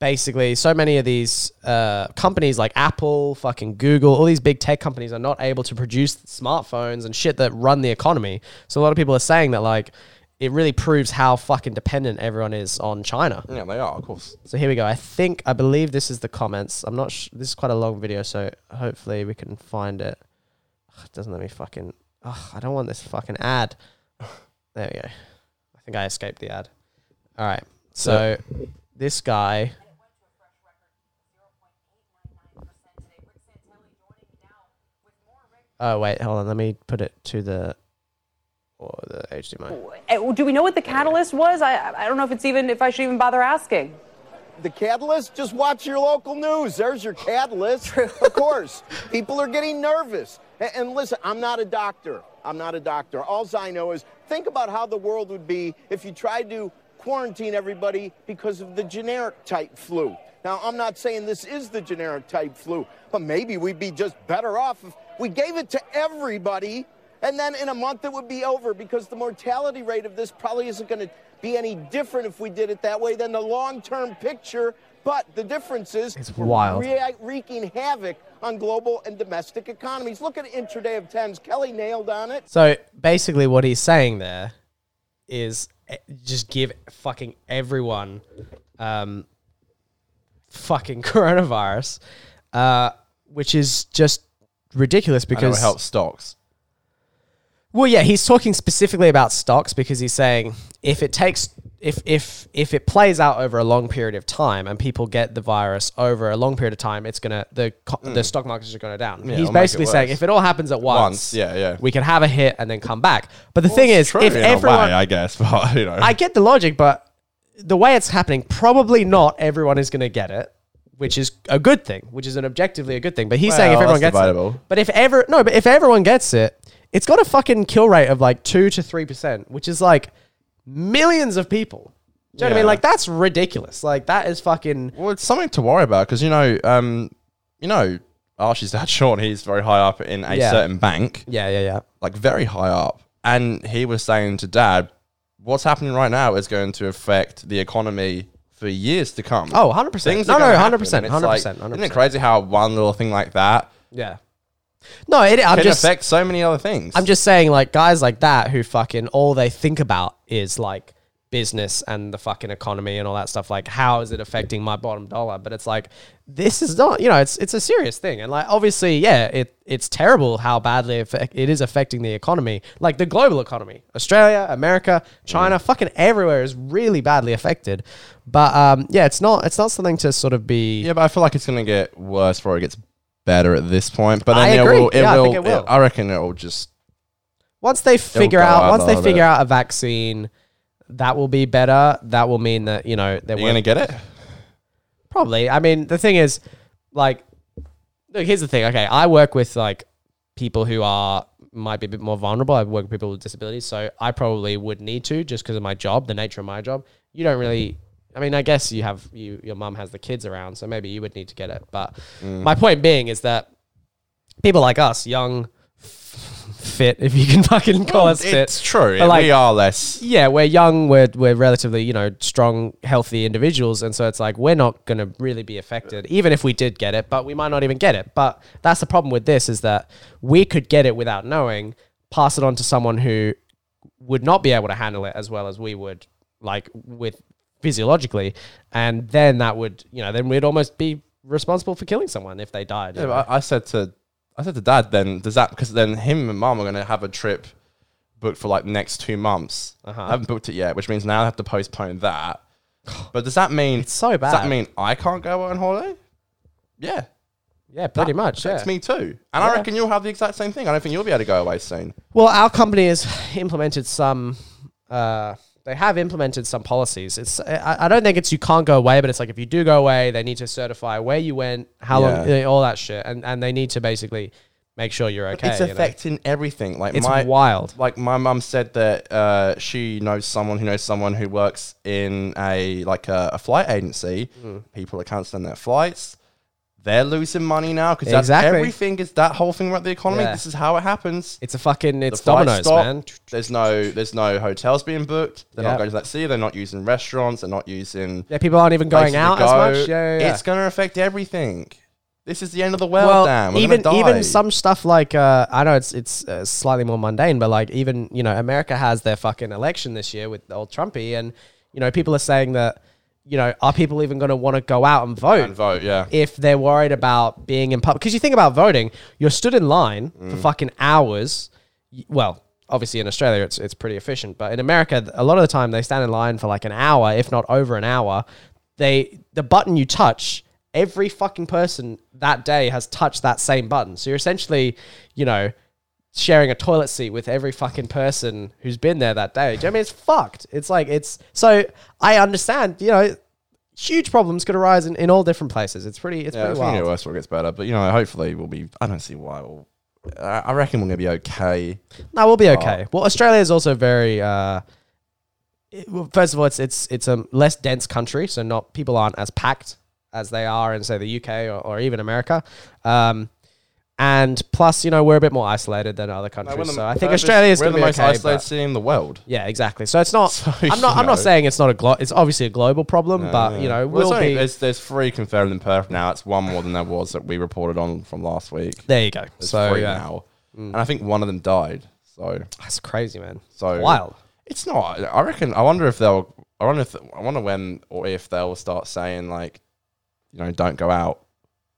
basically so many of these uh, companies like Apple, fucking Google, all these big tech companies are not able to produce smartphones and shit that run the economy. So a lot of people are saying that like it really proves how fucking dependent everyone is on China. Yeah, they are, of course. So here we go. I think I believe this is the comments. I'm not. Sh- this is quite a long video, so hopefully we can find it. Ugh, it doesn't let me fucking. Ugh, I don't want this fucking ad. There we go. I think I escaped the ad. All right. So this guy. Oh wait, hold on. Let me put it to the or the HDMI. Uh, Do we know what the catalyst was? I, I- I don't know if it's even if I should even bother asking. The catalyst? Just watch your local news. There's your catalyst. of course. People are getting nervous. A- And, listen, I'm not a doctor. I'm not a doctor. All I know is think about how the world would be if you tried to quarantine everybody because of the generic type flu. Now, I'm not saying this is the generic type flu, but maybe we'd be just better off if we gave it to everybody and then in a month it would be over because the mortality rate of this probably isn't going to be any different if we did it that way than the long term picture But the difference is It's wild. we're rea- wreaking havoc on global and domestic economies. Look at intraday of tens. Kelly nailed on it. So basically, what he's saying there is eh, just give fucking everyone um, fucking coronavirus, uh, which is just ridiculous And it will because help stocks. Well, yeah, he's talking specifically about stocks because he's saying if it takes if if if it plays out over a long period of time and people get the virus over a long period of time, it's gonna the co the stock markets are gonna down. he's Mm. it'll make it basically saying worse. if it all happens at once, Once, yeah, yeah. we can have a hit and then come back. But the thing is, True if in everyone, a way, I guess, but you know, I get the logic, but the way it's happening, probably not everyone is going to get it, which is a good thing, which is an objectively a good thing. But he's saying if Well, everyone that's gets debatable. it, but if ever no, but if everyone gets it, it's got a fucking kill rate of like two to three percent, which is like millions of people. Do you know what I mean? Yeah. Like that's ridiculous. Like that is fucking well, it's something to worry about because you know, um, you know, Archie's dad Sean, he's very high up in a Yeah. certain bank, yeah, yeah, yeah. like very high up, and he was saying to dad, "What's happening right now is going to affect the economy." For years to come. Oh, 100%. Things No, are no, gonna happen, 100%, and it's like- 100%, Isn't it crazy how one little thing like that Yeah. No, it, I'm can just affect so many other things? I'm just saying, like guys like that who fucking all they think about is like business and the fucking economy and all that stuff. Like, how is it affecting my bottom dollar? But it's like this is not, you know, it's it's a serious thing. And like, obviously, yeah, it it's terrible how badly affect- it is affecting the economy, like the global economy, Australia, America, China, fucking everywhere is really badly affected. But um, yeah, it's not it's not something to sort of be. Yeah, but I feel like it's gonna get worse before it gets better at this point. But then I it agree. will. It Yeah, I will, think it will. I reckon it will just. once they figure go out up once a they little figure bit. out a vaccine that will be better that will mean that you know they You're gonna won't get it. probably i mean the thing is like look here's the thing okay i work with like people who are might be a bit more vulnerable i work with people with disabilities so i probably would need to just because of my job the nature of my job you don't really i mean i guess you have you your mum has the kids around so maybe you would need to get it but Mm. my point being is that people like us young f- fit if you can fucking call us fit It's true. but, like- we are less. yeah, we're young, we're we're relatively, you know, strong, healthy individuals, and so it's like we're not going to really be affected, even if we did get it. But we might not even get it. But that's the problem with this is that we could get it without knowing, pass it on to someone who would not be able to handle it as well as we would, like with physiologically, and then that would, you know, then we'd almost be responsible for killing someone if they died. you Yeah, know? but I, I said to, I said to dad. Then does that because then him and mum are gonna have a trip booked for like next two months. Uh-huh. I haven't booked it yet, which means now I have to postpone that. But does that mean it's so Does bad. that mean I can't go on holiday? Yeah, yeah, pretty much. Yeah. affects me too. And I reckon you'll have the exact same thing. I don't think you'll be able to go away soon. Well, our company has implemented some. Uh, they have implemented some policies. It's I, I don't think it's you can't go away, but it's like if you do go away, they need to certify where you went, how long, Yeah. eh, all that shit, and and they need to basically make sure you're okay. it's you know? affecting everything. Like It's my wild. Like my mum said that uh, she knows someone who knows someone who works in a like a, a flight agency. Hmm. People are canceling their flights. They're losing money now because Exactly. everything is that whole thing about the economy. Yeah. This is how it happens. It's a fucking it's The flights dominoes, stop. man. There's no there's no hotels being booked. They're Yeah. not going to that sea. They're not using restaurants. They're not using Yeah, people aren't even going places to out as go. much. Yeah, yeah, yeah. It's going to affect everything. This is the end of the world. well, damn, We're gonna even even die. some stuff like uh, I know it's it's uh, slightly more mundane, but like even you know America has their fucking election this year with old Trumpy, and you know people are saying that you know are people even going to want to go out and vote? And vote. Yeah, if they're worried about being in public. Because you think about voting, you're stood in line for fucking hours. Y- Well, obviously in Australia it's it's pretty efficient, but in America th- a lot of the time they stand in line for like an hour, if not over an hour. They the button you touch, every fucking person that day has touched that same button. So you're essentially, you know, sharing a toilet seat with every fucking person who's been there that day. Do you know what I mean it's fucked? It's like it's so I understand, you know, huge problems could arise in, in all different places. It's pretty it's Yeah, I pretty think it wild. worse before it gets better. But you know, hopefully we'll be. I don't see why. We'll, I I reckon we're gonna be okay. No, we'll be Oh. okay. Well, Australia is also very. Uh, it- well, first of all, it's it's it's a less dense country, so not people aren't as packed as they are in say the UK or, or even America. Um, And plus, you know, we're a bit more isolated than other countries. We're the- so I think we're just- Australia is we're going to the be most okay, isolated but- city in the world. yeah, exactly. So it's not. So, I'm you not. I'm know. not saying it's not a. Glo- it's obviously a global problem, but you know, we'll Well, there's, only, be. there's, there's three confirmed in Perth now. It's one more than there was that we reported on from last week. there you go. There's So three yeah, now, and I think one of them died. So that's crazy, man. So wild. It's not. I reckon. I wonder if they'll. I wonder if. I wonder when or if they'll start saying like, you know, don't go out,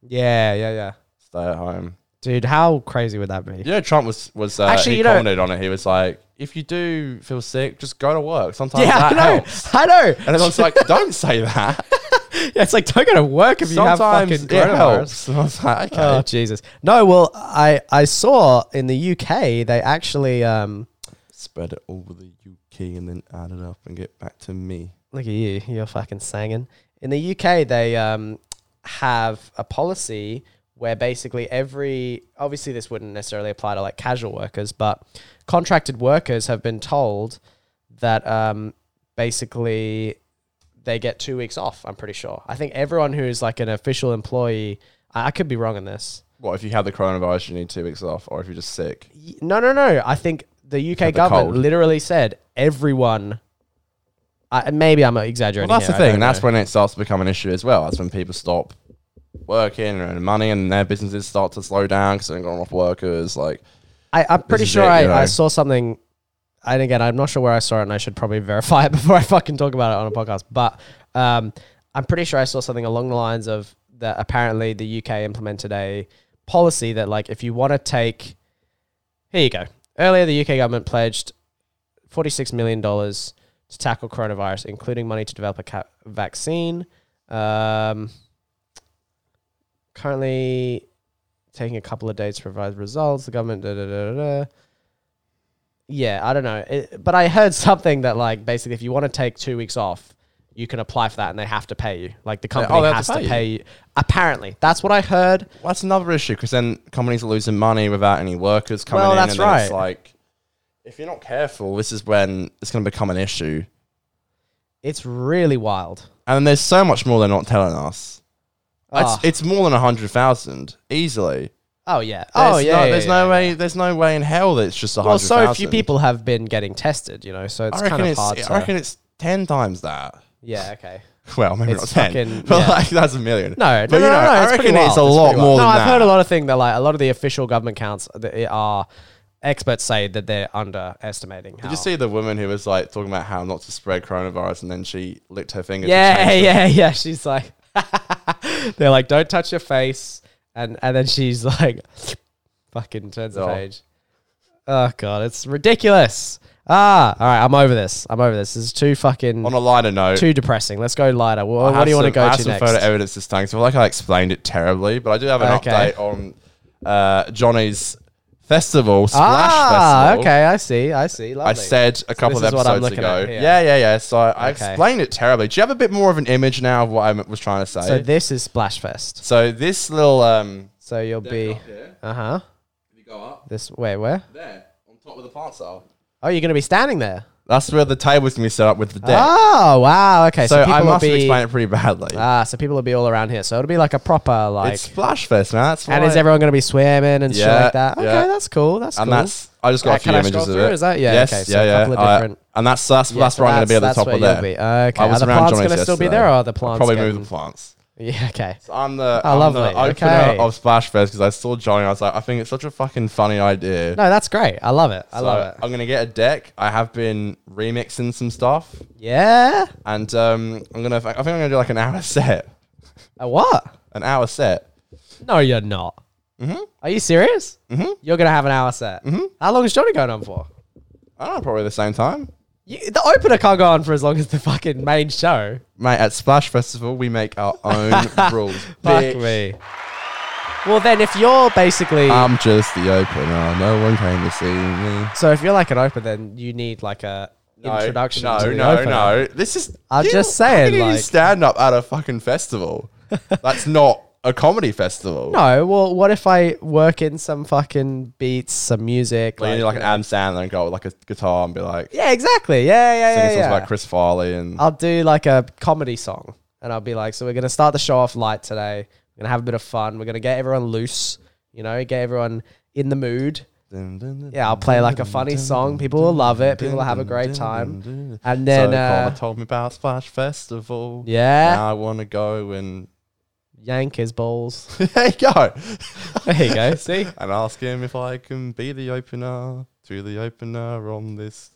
Yeah, yeah, yeah. stay at home. Dude, how crazy would that be? You know, Trump was was uh, Actually, Actually, he you know- commented on it. He was like, if you do feel sick, just go to work. Sometimes Yeah, that I know. helps. I know. And everyone's like, don't say that. Yeah, it's like don't go to work if you Sometimes have fucking it coronavirus. helps. And I was like, okay. Oh Jesus! No, well, I I saw in the UK they actually um Spread it over the UK and then add it up and get back to me. look at you, you're fucking singing. In the UK they um have a policy where basically every obviously this wouldn't necessarily apply to like casual workers, but contracted workers have been told that um basically they get two weeks off. I'm pretty sure. I think everyone who's like an official employee, I, I could be wrong on this. What if you have the coronavirus? You need two weeks off, or if you're just sick. Y- No, no, no. I think the UK the government cold. literally said everyone. I, maybe I'm exaggerating. Well, that's here, the I thing. don't That's know. when it starts to become an issue as well. That's when people stop working and earning money, and their businesses start to slow down because they're going off workers. Like, I, I'm pretty is sure it, I, you know. I saw something. And again, I'm not sure where I saw it, and I should probably verify it before I fucking talk about it on a podcast. But um, I'm pretty sure I saw something along the lines of that. Apparently, the UK implemented a policy that, like, if you want to take, here you go. Earlier, the UK government pledged $46 million to tackle coronavirus, including money to develop a ca- vaccine. Um, currently taking a couple of days to provide results. The government, da da da da. da. Yeah, I don't know. It, but I heard something that, like, basically, if you want to take two weeks off, you can apply for that and they have to pay you. Like, the company Oh, they have to has to pay pay, you. you. Apparently, that's what I heard. well, that's another issue because then companies are losing money without any workers coming Well, in. that's and then It's right. like, if you're not careful, this is when it's going to become an issue. It's really wild. And there's so much more they're not telling us. Ah. It's, it's more than hundred thousand easily. Oh, yeah. There's oh, yeah. No, yeah, there's yeah, no yeah. way. There's no way in hell that it's just a hundred. Well, so few people have been getting tested, you know, so it's I kind reckon of it's. hard to. I reckon it's ten times that. yeah, okay. Well, maybe It's not ten, fucking- but yeah. like that's a million. No, but no, no, no, no, I it's pretty reckon it's a wild, lot pretty wild. more. No, than I've that. heard a lot of things that like a lot of the official government counts that it are experts say that they're underestimating. How. Did you see the woman who was like talking about how not to spread coronavirus, and then she licked her fingers? Yeah, and yeah, yeah. She's like, they're like, don't touch your face, and and then she's like, fucking turns the Oh. page. Oh god, it's ridiculous. Ah, all right, I'm over this. I'm over this. This is too fucking On a lighter note, too depressing. Let's go lighter. Wha- I what have do you want to some- go I have to some next? photo evidence this time. 'cause I feel like I explained it terribly, but I do have an Okay. update on uh, Johnny's festival, Splash ah, Festival. okay, I see, I see. Lovely. I said a couple this of is what I'm episodes looking at ago. here. Yeah, yeah, yeah. So I Okay. explained it terribly. Do you have a bit more of an image now of what I was trying to say? So this is Splashfest. so this little um, So you'll be, uh huh. If you go up This wait, where? there on top of the plants are. Oh, you're gonna be standing there. That's where the table's gonna be set up with the deck. Oh wow, okay. so So, people I must will have be explained it pretty badly. ah, so people will be all around here. So it'll be like a proper like. it's Splash Fest, man. That's and why- is everyone gonna be swimming and shit Yeah, like that? Okay, yeah. that's cool. That's And cool. that's I just got Uh, a few can I images scroll of through? it. Is that- yeah, Yes, okay, so yeah, a yeah. couple of I- different- and that's that's, Yeah, that's so where I'm gonna be at the that's top where of you'll there. be. Oh, Okay, I are was the around plants Johnny's gonna still be yesterday. there, or are the I'll plants Probably move getting- the plants. yeah, okay. So I'm the, Oh, I'm lovely. the opener Okay. of Splash Fest because I saw Johnny. and I was like, I think it's such a fucking funny idea. No, that's great. I love it. I So love it. I'm gonna get a deck. I have been remixing some stuff, Yeah. and um, I'm gonna. I think I'm gonna do like an hour set. A Uh, what? An hour set. No, you're not. Mm-hmm. Are you serious? Mm-hmm. You're gonna have an hour set. How long is Johnny going on for? I don't know, probably the same time. You, the opener can't go on for as long as the fucking main show. Mate, at Splash Festival, we make our own rules. Fuck bitch. me. Well, then, if you're basically I'm just the opener. No one came to see me. so, if you're like an open, then you need like a introduction. No, to the no, opener. no. This is. I'm you- just how saying, can you like- stand up at a fucking festival. That's not a comedy festival. no. Well, what if I work in some fucking beats, some music? Like, you need like you an know? Am Sandler and go with like a guitar and be like yeah, exactly. Yeah, yeah, singing yeah. songs yeah. about Chris Farley and I'll do like a comedy song, and I'll be like, "So we're gonna start the show off light today. We're gonna have a bit of fun. We're gonna get everyone loose. You know, get everyone in the mood. Yeah, I'll play like a funny song. People will love it. People will have a great time. And then, so Carla uh, told me about Splash Festival. Yeah. Now I want to go and yank his balls. there you go. There you go. See? and ask him if I can be the opener to the opener on this.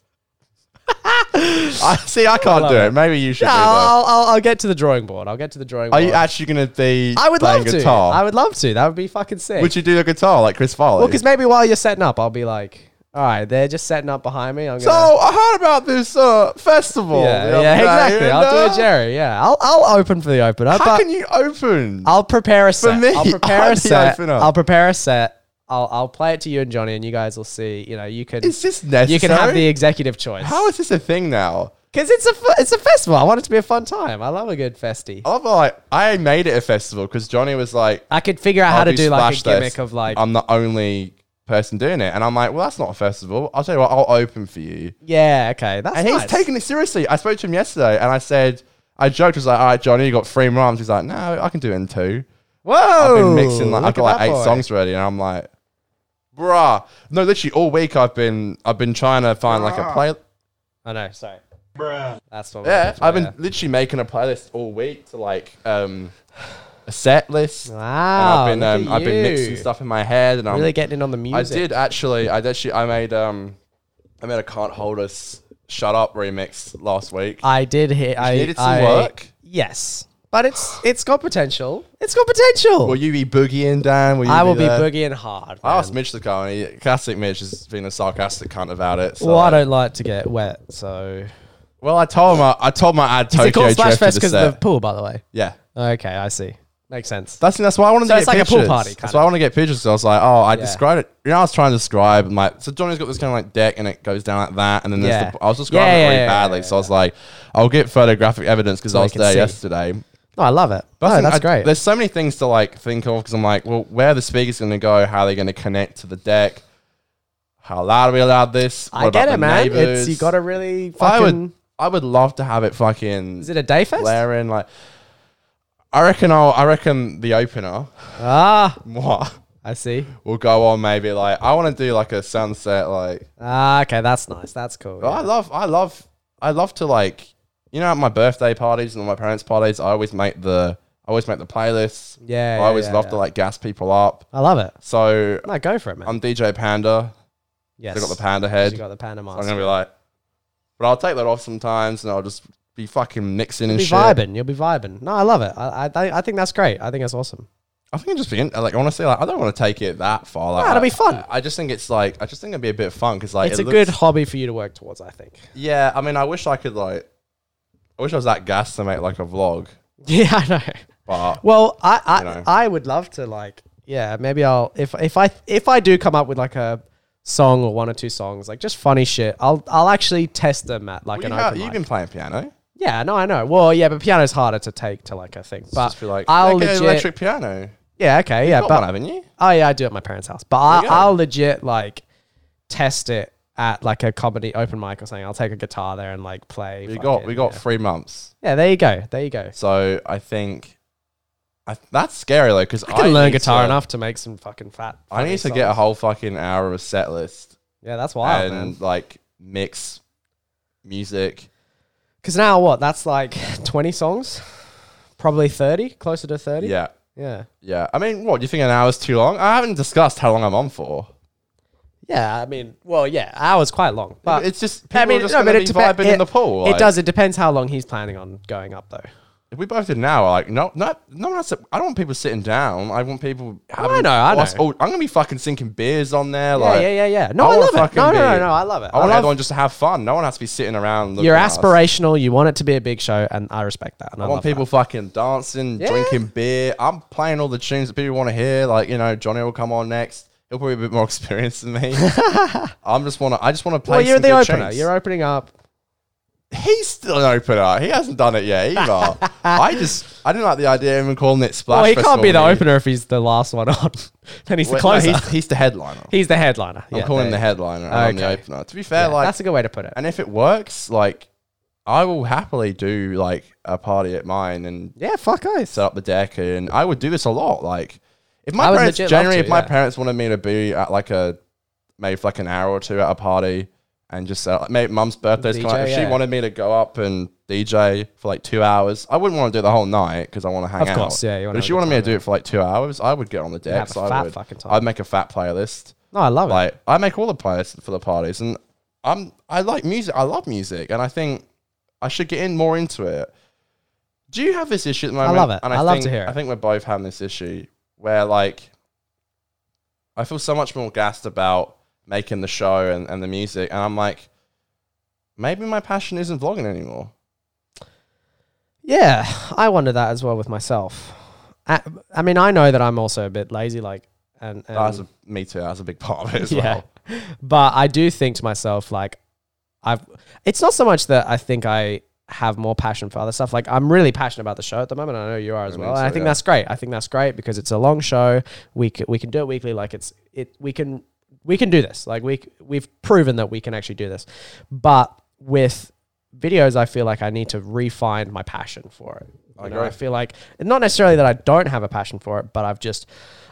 I see. I can't love do it. it. Maybe you should. Yeah, do that. I'll, I'll, I'll get to the drawing board. I'll get to the drawing Are board. you actually gonna be? I would playing love guitar? to. I would love to. That would be fucking sick. Would you do the guitar like Chris Farley? Well, because maybe while you're setting up, I'll be like, all right, they're just setting up behind me. I'm so gonna. I heard about this uh, festival. the yeah, other yeah, day, exactly. and, I'll do uh, a Jerry. Yeah, I'll I'll open for the opener. How but can you open? I'll prepare a set. me, I'll prepare I'm a the set. opener. I'll prepare a set. I'll I'll play it to you and Johnny, and you guys will see. You know, you can. Is this You can have necessary? the executive choice. How is this a thing now? Because it's a fu- it's a festival. I want it to be a fun time. I love a good festy. I love how, like I made it a festival because Johnny was like, I could figure out how I'll to do like a Splash gimmick Fest. of like I'm the only person doing it, and I'm like, well, that's not a festival. I'll tell you what, I'll open for you. yeah okay that's And nice. he's taking it seriously. I spoke to him yesterday, and I said, I joked, was like, all right, Johnny, you got three more arms. He's like, no, I can do it in two. whoa I've been mixing like I've Oh, look got at like that eight boy. songs ready, and I'm like, bruh. No, literally all week I've been I've been trying to find like a play. I know sorry that's what Yeah, I've been yeah. literally making a playlist all week to like um a set list. Wow, and I've been look um, at I've been mixing you. stuff in my head, and I'm really getting in on the I music. did actually. I actually I made um I made a can't hold us shut up remix last week. I did hear. I needed some I- work. Yes, but it's it's got potential. It's got potential. will you be boogieing, Dan? Will you I will be there? boogieing hard. I man. asked Mitch to go, and he, classic Mitch has been a sarcastic cunt about it. So Well, I don't like to get wet, so Well, I told him I, I told him I had is it Tokyo called Drift Splash for Fest the because of the set. pool? By the way, Yeah, okay, I see. Makes sense. that's that's why I wanted So to it's get like a pictures. pool party, That's kind why I of. want to get pictures. So I was like, oh, I Yeah. described it. You know, I was trying to describe. i like, so Johnny's got this kind of like deck, and it goes down like that, and then Yeah. there's the, I was describing Yeah, it really yeah, yeah, badly. yeah, so I was like, I'll get photographic evidence because I we was can there see. yesterday. No, I love it. But I No, think Oh, that's I- great. There's so many things to like think of because I'm like, well, where are the speakers going to go? How are they going to connect to the deck? How loud are we allowed this? I What about get the it, man. It's, neighbours? you got to really I fucking. would. I would love to have it fucking. is it a day fest? blaring like. I reckon I'll. I reckon the opener, Ah, moi, I see. will go on maybe like I want to do like a sunset like. Ah, okay, that's nice. That's cool. I love. I love. I love to like. You know, at my birthday parties and my parents' parties, I always make the. I always make the playlists. Yeah, I yeah, always yeah, love to yeah. like gas people up. I love it. So No, go for it, man. I'm DJ Panda. yes, I got the panda head. You got the panda I'm mask. gonna be like, but I'll take that off sometimes, and I'll just be fucking mixing and be shit. vibing. You'll be vibing. No, I love it. I, I I think that's great. I think that's awesome. I think it just be in- like honestly, like I don't want to take it that far. Like, Nah, it'll be I- fun. I, I just think it's like I just think it'd be a bit of fun because like It's it a looks- good hobby for you to work towards. I think. Yeah, I mean, I wish I could like, I wish I was that gassed to make like a vlog, Yeah, I know. but Well, I I, know. I would love to like yeah maybe I'll if if I if I do come up with like a song or one or two songs like just funny shit I'll I'll actually test them at like Well, you an have, open you've mic. been playing piano. yeah no I know well yeah but piano's harder to take to like a thing but just be like, I'll okay, legit electric piano. yeah okay yeah Got but one, haven't you? oh yeah I do at my parents' house but you I, go. I'll legit like test it at like a comedy open mic or something I'll take a guitar there and like play We got fucking- we got yeah. three months, yeah there you go there you go so I think. I, that's scary though, because I, I can learn need guitar to- enough to make some fucking fat I funny need to get a songs. whole fucking hour of a set list yeah that's wild and man. like mix music. Because now what? That's like 20 songs, probably 30, closer to 30. Yeah, Yeah. yeah. I mean, what do you think an hour's too long? I haven't discussed how long I'm on for. Yeah. I mean, well, yeah, hour's quite long. But it's just people are just gonna be depe- vibing in the pool, It like- does. It depends how long he's planning on going up, though. If we both did an hour, like no, no, no one has to. I don't want people sitting down. I want people having. know, I know. Oh, I'm gonna be fucking sinking beers on there. Yeah, like, yeah, yeah, yeah. No, I wanna love it. fucking No, no, no, no, I love it. I want I love- everyone just to have fun. No one has to be sitting around. Looking You're at us. aspirational. You want it to be a big show, and I respect that. And I, I want love that. people fucking dancing, Yeah. drinking beer. I'm playing all the tunes that people want to hear. Like you know, Johnny will come on next. He'll probably be a bit more experienced than me. I'm just wanna. I just wanna play. Well, you're some the good opener. tunes. You're opening up. He's still an opener. He hasn't done it yet either. I just I didn't like the idea of him calling it splash. Well, he can't Festival be the when he- opener if he's the last one on. then he's the Wait, no, closer. he's, he's, he's the headliner. the headliner. I'm Yeah, calling him the there- headliner. and I'm the Okay. opener. To be fair, yeah, like that's a good way to put it. and if it works, like I will happily do like a party at mine and Yeah, fuck oath. set up the deck and I would do this a lot. Like If my I would parents legit love generally, to, if my yeah. parents wanted me to be at like a maybe for like an hour or two at a party and just uh, like maybe mum's birthday's DJ, coming up, if she yeah. wanted me to go up and DJ for like two hours, I wouldn't want to do the whole night because I want to hang Of out. course, yeah, you wanna But if have a she good wanted me to time, do it for like two hours, I would get on the decks. a I fat would- fucking time. I'd make a fat playlist. No, I love it. Like I make all the playlists for the parties, and I'm I like music. I love music, and I think I should get in more into it. Do you have this issue at the moment? love it. And I love think, to hear it. I think we're both having this issue where like I feel so much more gassed about making the show and, and the music, and I'm like, maybe my passion isn't vlogging anymore. Yeah, I wonder that as well with myself. I, I mean, I know that I'm also a bit lazy, like, and, and That's a, me too. That's a big part of it as well. But I do think to myself, like, I've. It's not so much that I think I have more passion for other stuff. Like, I'm really passionate about the show at the moment. I know you are as I well, mean, and I so, think yeah. that's great. I think that's great because it's a long show. We c- we can do it weekly. Like, it's it we can we can do this. Like, we c- we've proven that we can actually do this. But with videos, I feel like I need to refine my passion for it. You know, I, agree. feel like not necessarily that I don't have a passion for it, but I've just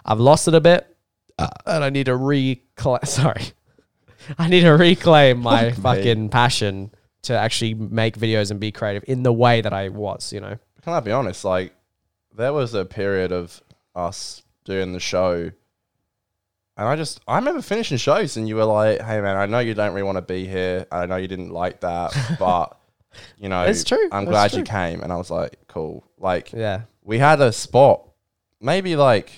I've lost it a bit uh, and I need to reclaim. Sorry, I need to reclaim my fucking passion to actually make videos and be creative in the way that I was. You know, can I be honest? Like, there was a period of us doing the show, and I just I remember finishing shows, and you were like, "Hey, man, I know you don't really want to be here. I know you didn't like that, but you know, It's true. I'm It's glad true. you came." And I was like, "Cool." Like, yeah, we had a spot, maybe like,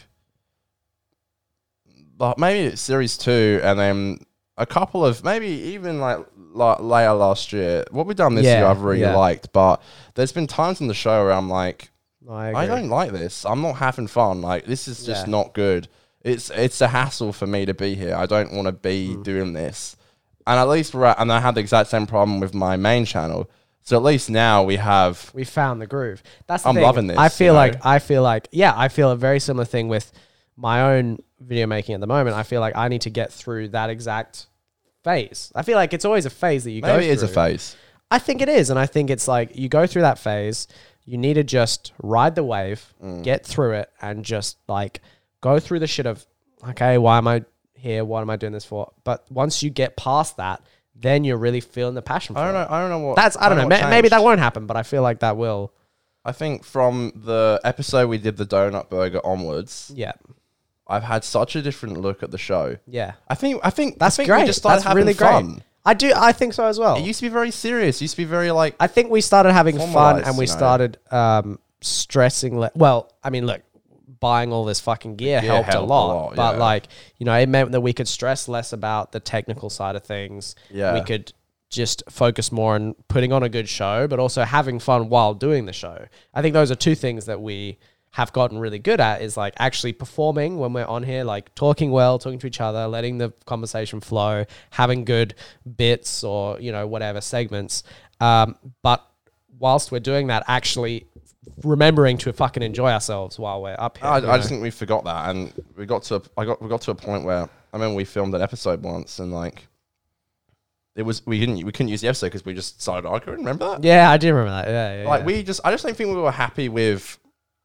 like maybe it's series two, and then a couple of maybe even like, like later last year. What we done this Yeah, year, I've really yeah. liked, but there's been times in the show where I'm like, I, I agree. don't like this. I'm not having fun. Like this is just Yeah. not good. It's it's a hassle for me to be here. I don't want to be Hmm. doing this. And at least we're at, and I had the exact same problem with my main channel. So at least now we have we found the groove. That's the I'm thing. loving this, I you feel know? like I feel like yeah, I feel a very similar thing with my own video making at the moment. I feel like I need to get through that exact phase. I feel like it's always a phase that you go. maybe it's a through. phase. I think it is, and I think it's like you go through that phase. You need to just ride the wave, Mm. get through it, and just like go through the shit of okay, why am I here? What am I doing this for? But once you get past that, then you're really feeling the passion. For I don't it. know. I don't know what That's I don't know. what ma- Maybe that changed. won't happen, but I feel like that will. I think from the episode we did the donut burger onwards, Yeah, I've had such a different look at the show. yeah. I think I think That's I think great. We just started That's having really fun. great. I do. I think so as well. It used to be very serious. It used to be very like I think we started having fun Formalized, and we you know. started um, stressing. Le- well, I mean, look, buying all this fucking gear, gear helped, a helped a lot, lot, but yeah. like you know, it meant that we could stress less about the technical side of things. Yeah. we could just focus more on putting on a good show, but also having fun while doing the show. I think those are two things that we have gotten really good at is like actually performing when we're on here like talking well talking to each other letting the conversation flow having good bits or you know whatever segments um, but whilst we're doing that actually remembering to fucking enjoy ourselves while we're up here I, you I just know? think we forgot that, and we got to a, I got we got to a point where I remember we filmed an episode once, and like it was we didn't we couldn't use the episode because we just started arguing. Remember that? yeah i do remember that yeah, yeah, Like yeah. we just I just don't think we were happy with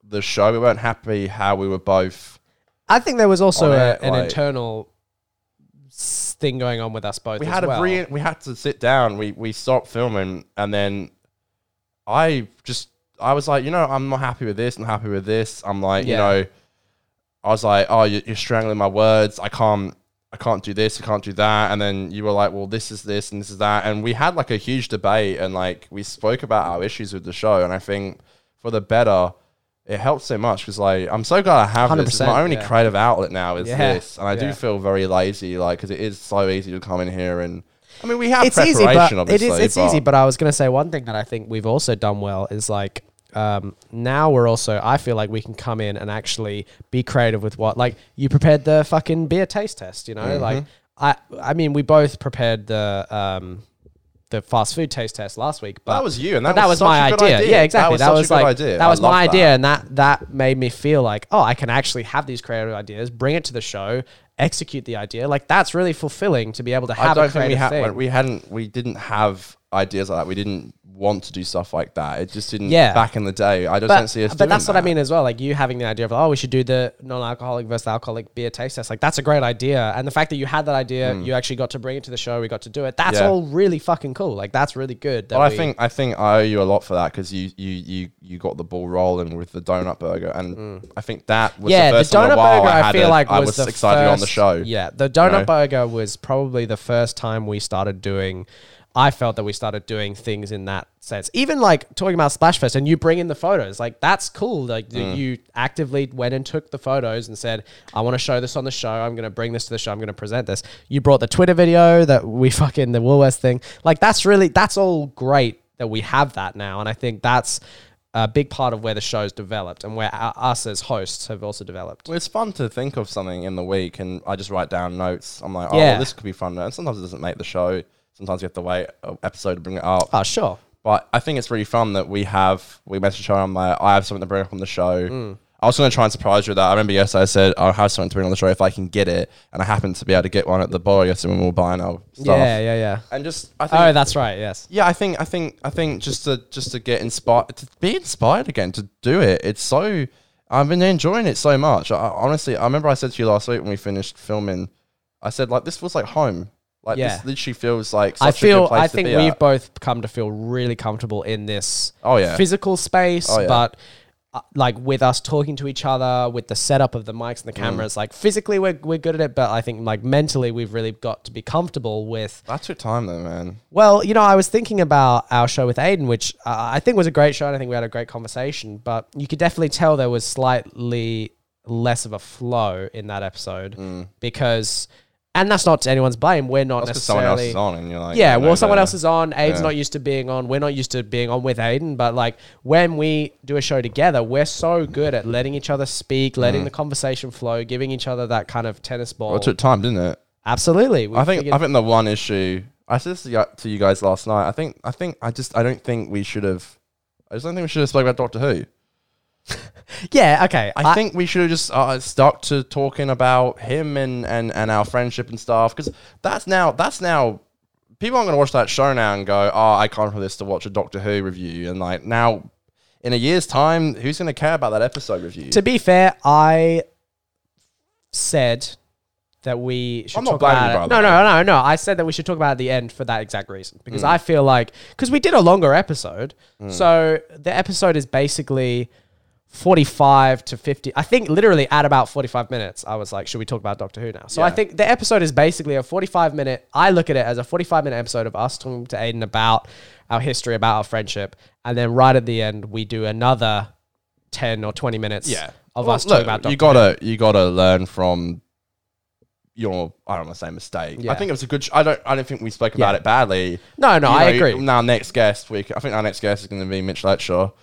the show. We weren't happy how we were both. i think there was also on a, it, an like- internal s- thing going on with us both We as had a well. brilliant. We had to sit down. We we stopped filming, and then I just I was like, you know, I'm not happy with this. I'm happy with this. I'm like, Yeah. you know, I was like, oh, you- you're strangling my words. I can't. I can't do this. I can't do that. And then you were like, well, this is this and this is that. And we had like a huge debate, and like we spoke about our issues with the show. And I think for the better, it helped so much because like I'm so glad I have this. It's 100%, my only yeah. creative outlet now is Yeah, this, and I yeah. do feel very lazy, like because it is so easy to come in here and. I mean, we have it's preparation, easy, but it obviously. is it's easy. But I was gonna say one thing that I think we've also done well is like um, now we're also I feel like we can come in and actually be creative with what like you prepared the fucking beer taste test, you know, Mm-hmm. like I I mean we both prepared the um, the fast food taste test last week, but that was you, and but that, that was was, such my a good idea. Yeah, exactly. That such was, a good like idea. that was I love my that. idea, and that that made me feel like oh, I can actually have these creative ideas, bring it to the show, execute the idea. Like that's really fulfilling to be able to I have a don't think we creative had thing. we hadn't we didn't have ideas like that. We didn't want to do stuff like that. It just didn't. Yeah. Back in the day, I just But, don't see us. but doing that's what I that. mean as well. Like you having the idea of oh, we should do the non-alcoholic versus alcoholic beer taste test. Like that's a great idea, and the fact that you had that idea, you actually got to bring it to the show. We got to do it. That's Hmm. Yeah. all really fucking cool. Like that's really good. That Well, I we- think I think I owe you a lot for that because you, you you you got the ball rolling with the donut burger, and I think that was Mm. yeah, the the, first time in donut a while burger. I, I, had feel it. like I was, was the excited on the first- show. Yeah, the donut know? burger was probably the first time we started doing. I felt that we started doing things in that sense. Even like talking about Splashfest and you bring in the photos, like that's cool. Like that you actively went and took the photos and said, "I want to show this on the show. I'm going to bring this to the show. I'm going to present this." You brought the Twitter video that we fucking the Woolworths thing. Like that's really that's all great that we have that now, and I think that's a big part of where the show's developed and where u- us as hosts have also developed. Well, it's fun to think of something in the week, and I just write down notes. I'm like, oh, Yeah. well, this could be fun. And sometimes it doesn't make the show. Sometimes you have to wait an episode to bring it up. Oh, sure. But I think it's really fun that we have we message her. I'm like, I have something to bring up on the show. Mm. I was going to try and surprise you with that. I remember yesterday I said I'll have something to bring on the show if I can get it, and I happened to be able to get one at the bar yesterday when we were buying our stuff. Yeah, yeah, yeah. And just I think Oh, that's right. Yes. yeah, I think I think I think just to just to get inspired to be inspired again to do it. It's so I've been enjoying it so much. I, I- honestly, I remember I said to you last week when we finished filming, I said like this feels like home. Like Yeah. this literally feels like such I a feel. good place I to think be we've at. both come to feel really comfortable in this. Oh, yeah. Physical space, Oh, yeah. but. Uh, like with us talking to each other, with the setup of the mics and the Mm. cameras, like physically we're, we're good at it, but I think like mentally we've really got to be comfortable with That took time though, man. Well, you know, I was thinking about our show with Aiden, which uh, I think was a great show, and I think we had a great conversation. But you could definitely tell there was slightly less of a flow in that episode because, and that's not to anyone's blame. We're not Mm. That's because necessarily someone else is on, and you're like, yeah, you know, well, someone the- else is on. Aiden's not used to being on. We're not used to being on with Aiden. But like when we do a show together, we're so good at letting each other speak, letting the conversation flow, giving each other that kind of tennis ball. Well, Mm. it took time, didn't it? Absolutely, We I think figured- I think the one issue I said this to you- to you guys last night. I think I think I just I don't think we should have. I just don't think we should have spoken about Doctor Who. yeah. Okay, I, think we should have just uh, stuck to talking about him and, and, and our friendship and stuff because that's now that's now people aren't going to watch that show now and go oh I can't for this to watch a Doctor Who review and like now in a year's time who's going to care about that episode review? To be fair, I said that we should I'm not talk blaming about you, it. by No, the no, no, no. I said that we should talk about it at the end for that exact reason because Mm. I feel like because we did a longer episode, so the episode is basically. 45 to 50 i think literally at about 45 minutes i was like should we talk about doctor who now so i Yeah. think the episode is basically a 45 minute i look at it as a 45 minute episode of us talking to aiden about our history about our friendship and then right at the end we do another 10 or 20 minutes of Well, us talking look, about Doctor Who. you gotta you gotta learn from your I don't want to say mistake. Yeah. I think it was a good. Sh- I don't I don't think we spoke about Yeah. it badly. No, no, You I know, agree. Now next guest week, I think our next guest is going to be Mitch Letshaw.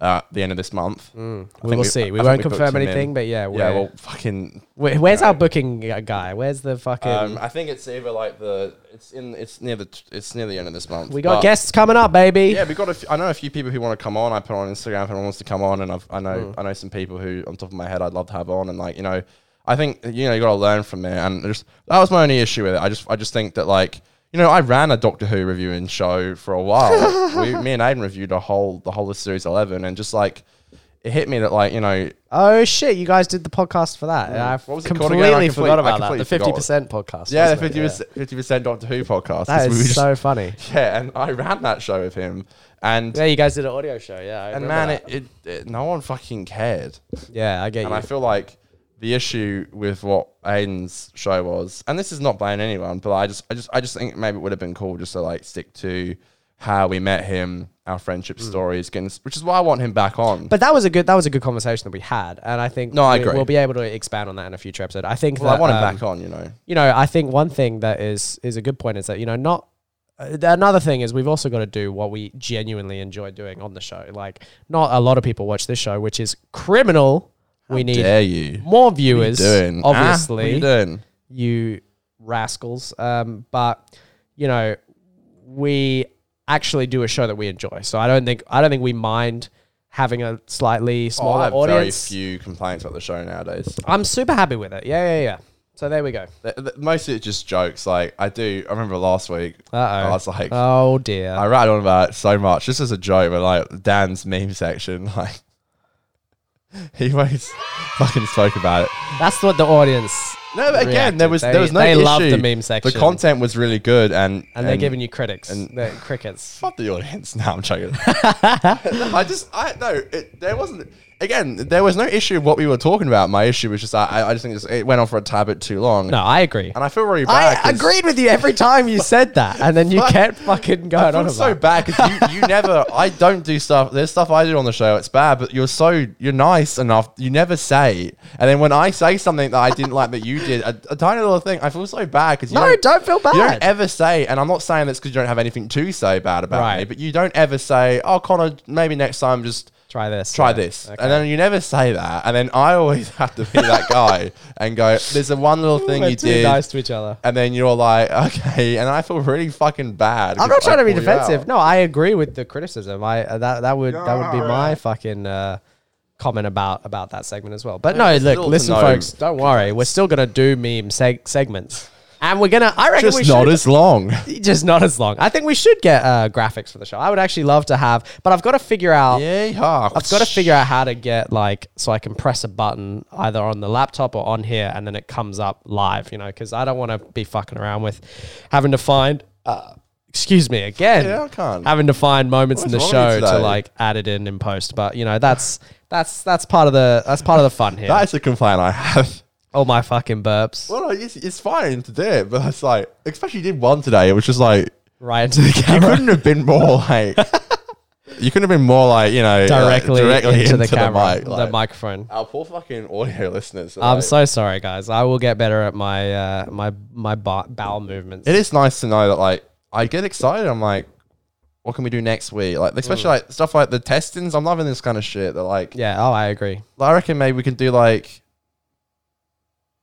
Uh, at the end of this month, I Mm. We think will see. I We think won't booked confirm him in. anything, but yeah, yeah. we're- Well, fucking. Wait, where's our booking gu- guy? Where's the fucking? Um, I think it's either like the it's in it's near the t- it's near the end of this month. we got but- guests coming up, baby. Yeah, we got. A f- I know a few people who want to come on. I put on Instagram if anyone wants to come on, and I've, I Mm. know I know some people who, on top of my head, I'd love to have on. And like you know, I think you know you got to learn from there. And just that was my only issue with it. I just I just think that like you know I ran a Doctor Who reviewing show for a while. we, me and Aiden reviewed a whole the whole of series eleven, and just like it hit me that like you know Oh shit, you guys did the podcast for that. And I What was it called completely again? I complete- forgot I about that. completely The fifty percent podcast. yeah the wasn't it? fifty fifty percent Doctor Who podcast. That 'cause we is just- so funny. yeah, and I ran that show with him, and Yeah, you guys did an audio show. Yeah, I and remember man, that. it, it, it no one fucking cared. yeah, I get you. And I feel like the issue with what Aiden's show was, and this is not blaming anyone, but I just, I just, I just think maybe it would have been cool just to like stick to how we met him, our friendship stories, getting, which is why I want him back on. Mm. but that was a good that was a good conversation that we had, and I think No, I we, agree. We'll be able to expand on that in a future episode. I think well, that, I want him um, back on, you know. you know, I think one thing that is is a good point is that you know not. uh, Another thing is we've also got to do what we genuinely enjoy doing on the show. Like, not a lot of people watch this show, which is criminal. we need Dare you? What more are you viewers, doing? Ah, what are obviously, you doing? you rascals. Um, but you know, we actually do a show that we enjoy, so I don't think I don't think we mind having a slightly Oh, I smaller have audience. very few complaints about the show nowadays. I'm super happy with it. Yeah, yeah, yeah. So there we go. Th- th- Mostly it's just jokes. Like I do. I remember last week. Uh oh. I was like, oh dear. I rattled on about it so much. This is a joke, but like Dan's meme section, like he always fucking spoke about it. That's what the audience. No, but again, reacted. there was They- there was no They issue. love the meme section. The content was really good, and and they're giving you critics, and- They're crickets. fuck the audience. No, I'm joking. No, I just I no, it, there wasn't. Again, there was no issue of what we were talking about. My issue was just I I I just think it's- it went on for a tad bit too long. No, I agree. and I feel really bad. I 'cause- agreed with you every time you said that, and then you Fuck. kept fucking going I on about. feel so it. bad because you, you never. I don't do stuff. There's stuff I do on the show. It's bad, but you're so you're nice enough. You never say. And then when I say something that I didn't like that you did, a, a tiny little thing, I feel so bad because No, don't feel You bad. don't ever say, and I'm not saying this because you don't have anything to say bad about me, Right. but you don't ever say, "Oh, Connor, maybe next time just." Try this. Try yeah. this. Okay. And then you never say that. And then I always have to be that guy and go, there's a one little thing We're you too did. nice to each other. And then you're like, okay. And I feel really fucking bad. I'm not because I trying to be call you out. defensive. No, I agree with the criticism. I uh, that that would that would be my fucking uh, comment about about that segment as well. But no, it's look, still to listen, no folks, don't worry. We're still gonna do meme seg- segments, and we're gonna. I reckon we just should, not as long. just not as long. I think we should get uh, graphics for the show. I would actually love to have, but I've got to figure out. Yeah, I've got to figure out how to get like so I can press a button either on the laptop or on here, and then it comes up live. You know, because I don't want to be fucking around with having to find. Uh, excuse me again. Yeah, I can't. Having to find moments in the What's wrong with show you to today? like add it in in post, but you know that's that's that's part of the that's part of the fun here. That's a complaint I have. All my fucking burps Well, no, it's, it's fine to do it, but it's like, especially you did one today. It was just like right into the you camera. couldn't have been more like. You couldn't have been more like you know uh, Directly, directly into, the camera, mic, the like- microphone. Our poor fucking audio listeners. are I'm like- so sorry, guys. I will get better at my uh, my my bo- bowel movements. It is nice to know that like I get excited. I'm like, what can we do next week? Like especially like stuff like the testings. I'm loving this kind of shit. They're like, yeah. Oh, I agree. I reckon maybe we can do like,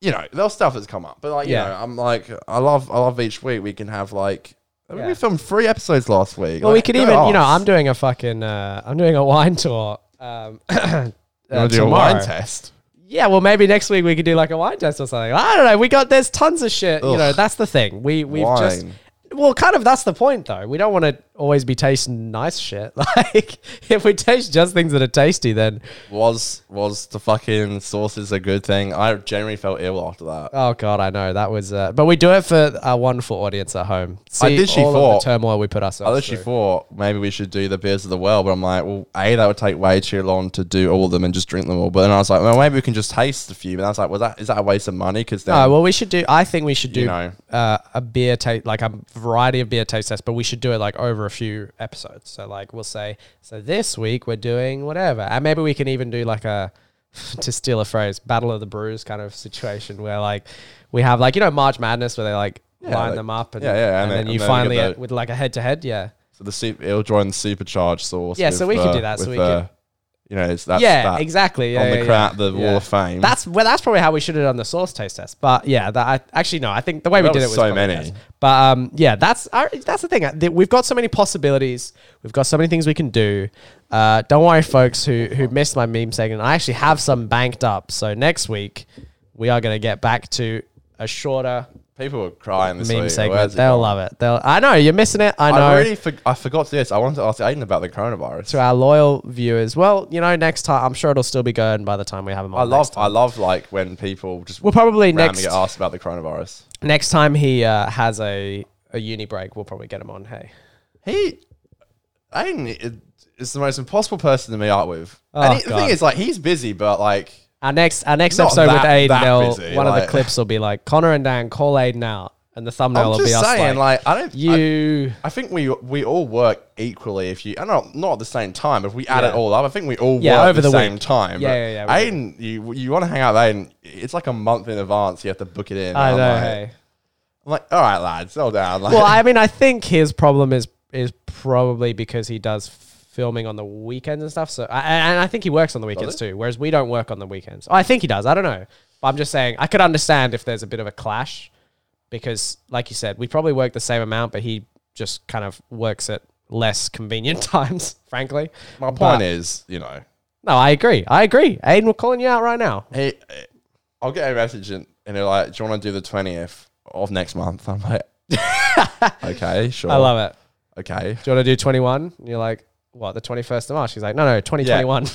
you know, there's stuff that's come up, but like, Yeah. you know, I'm like, I love, I love each week we can have like, I mean, Yeah. we filmed three episodes last week. Well, we like, could go even, you know, us. I'm doing a fucking, uh, I'm doing a wine tour. Um, uh, You wanna do a tomorrow. wine test. Yeah, well, maybe next week we could do like a wine test or something. I don't know. We got there's tons of shit. You know, Ugh. that's the thing. We we've just. Wine. Well, kind of that's the point though. We don't want to always be tasting nice shit. Like if we taste just things that are tasty, then Was was the fucking sauces a good thing? I generally felt ill after that. oh god, I know that was. Uh, but we do it for our wonderful audience at home. See literally all thought- of the turmoil we put I ourselves. literally through. thought maybe we should do the beers of the world, but I'm like, well, a that would take way too long to do all of them and just drink them all. But then I was like, well, maybe we can just taste a few. But I was like, well, that is that a waste of money? Because then No, well, we should do. I think we should do You know. uh, a beer taste, like a variety of beer taste tests, but we should do it like over a few episodes. So, like, we'll say, so this week we're doing whatever, and maybe we can even do like a, to steal a phrase, battle of the brews kind of situation where like we have like you know March Madness where they like line like- them up and yeah, yeah, and, and then then- you and then we finally get the- with like a head to head, yeah, so the super, it'll join the supercharged sauce. Yeah, so with, we could uh, do that, so with, we could- uh, you know, it's that's yeah, that exactly, yeah, on the yeah, crap, yeah. the Wall Yeah. of Fame. That's well, that's probably how we should have done the sauce taste test. But yeah, that I actually no, I think the way we That did it was was so probably many. best. But um, yeah, that's I, that's the thing. Uh, th- We've got so many possibilities. We've got so many things we can do. Uh, don't worry, folks who who missed my meme segment. I actually have some banked up. So next week we are going to get back to a shorter people were crying this meme week. segment. They'll love it. They'll. I know you're missing it. I know. I really for, I forgot this. I wanted to ask Aiden about the coronavirus. to our loyal viewers, well, you know, next time I'm sure it'll still be going by the time we have him on. I next love time. I love like when people just We'll probably randomly next- get asked about the coronavirus. Next time he uh, has a, a uni break, we'll probably get him on. Hey, he Aiden is the most impossible person to meet up with. and he- the Oh, God. thing is, like, he's busy, but like, our next our next Not episode that- with Aiden, that they'll- busy, one of the like- clips will be like Connor and Dan call Aiden out, and the thumbnail I'm will just be us saying, like, like, I don't- I- you. I think we we all work equally. If you, and not not at the same time. If we add Yeah. it all up, I think we all Yeah, work over over the the, same week. time. Yeah, but yeah, yeah, we Aiden, you you want to hang out with Aiden? It's like a month in advance. You have to book it in. I I'm know. Like, hey. I'm like, all right, lads, settle down. Like, Well, I mean, I think his problem is is probably because he does filming on the weekends and stuff. So, I- and and I think he works on the weekends too, whereas we don't work on the weekends. I think he does. I don't know. But I'm just saying, I could understand if there's a bit of a clash because, like you said, we probably work the same amount, but he just kind of works at less convenient times. Frankly, my point But- is, you know, no, I agree. I agree. Aiden, we're calling you out right now. he. I'll get a message and, and they're like, "Do you want to do the twentieth of next month?" I'm like, "Okay, sure." I love it. it. Okay, Do you want to do 21? And you're like, what, the 21st of March? He's like, no, no, 2021.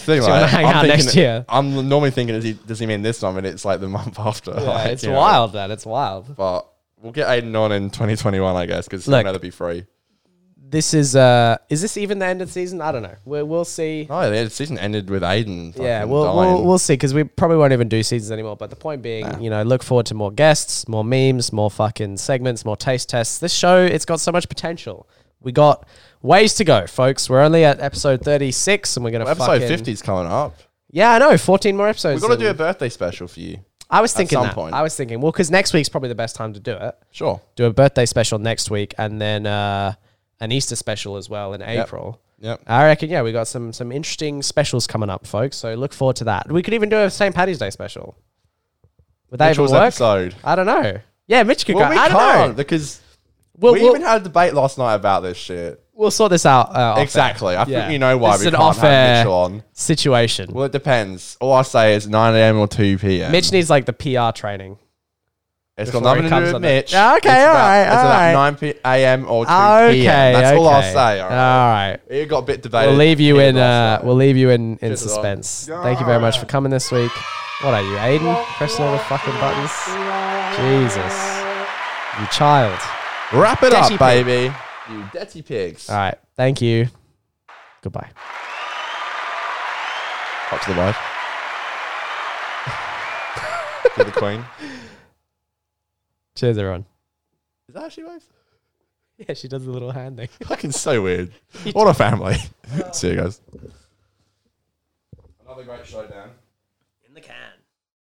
the thing. you wanna right? hang I'm out thinking- next year? I'm normally thinking, does he, does he mean this time? And it's like the month after. Yeah, like, it's you know. wild, man. It's wild. But we'll get Aiden on in 2021, I guess, because he'll Look. never be free. This is, uh, is this even the end of the season? I don't know. We're, we'll see. No, the season ended with Aiden. yeah, fucking we'll, dying. we'll, we'll see because we probably won't even do seasons anymore. But the point being, you know, look forward to more guests, more memes, more fucking segments, more taste tests. This show, it's got so much potential. We got ways to go, folks. We're only at episode 36 and we're going to Episode fucking, 50 is coming up. Yeah, I know. 14 more episodes. We've got to and- do a birthday special for you. I was thinking some that. point. I was thinking, well, because next week's probably the best time to do it. Sure. Do a birthday special next week, and then uh, an Easter special as well in April. Yep. I reckon, yeah, we got some some interesting specials coming up, folks. So look forward to that. We could even do a St. Patty's Day special. Would that Mitchell's even work? episode. I don't know. Yeah, Mitch could Well, go. we I don't can't know. because We'll, we we'll, even had a debate last night about this shit. we'll sort this out. Uh, off air. Exactly. I Yeah. think you know why This we is an can't off-air have Mitchell on. situation. Well, it depends. All I say is 9 a.m. or 2 p.m. Mitch needs like the PR training. it's got before he nothing to comes do on with the- Mitch. Yeah, okay, it's about, alright, It's about alright. 9 p- a.m. or 2 Okay, p.m. That's all I'll okay. say. All right. All right. It got a bit debated. We'll leave you here in. Uh, last night. we'll leave you in in Cheers, Rob. suspense. Thank you very much for coming this week. What are you, Aiden? Pressing all the fucking buttons. Jesus, you child. Wrap it up, Dirty pig. baby. You dirty pigs. All right. Thank you. Goodbye. Up to the wife. to the queen. Cheers, everyone. Is that actually wife? Yeah, she does the little hand thing. Fucking so weird. What a family. See you guys. Another great showdown.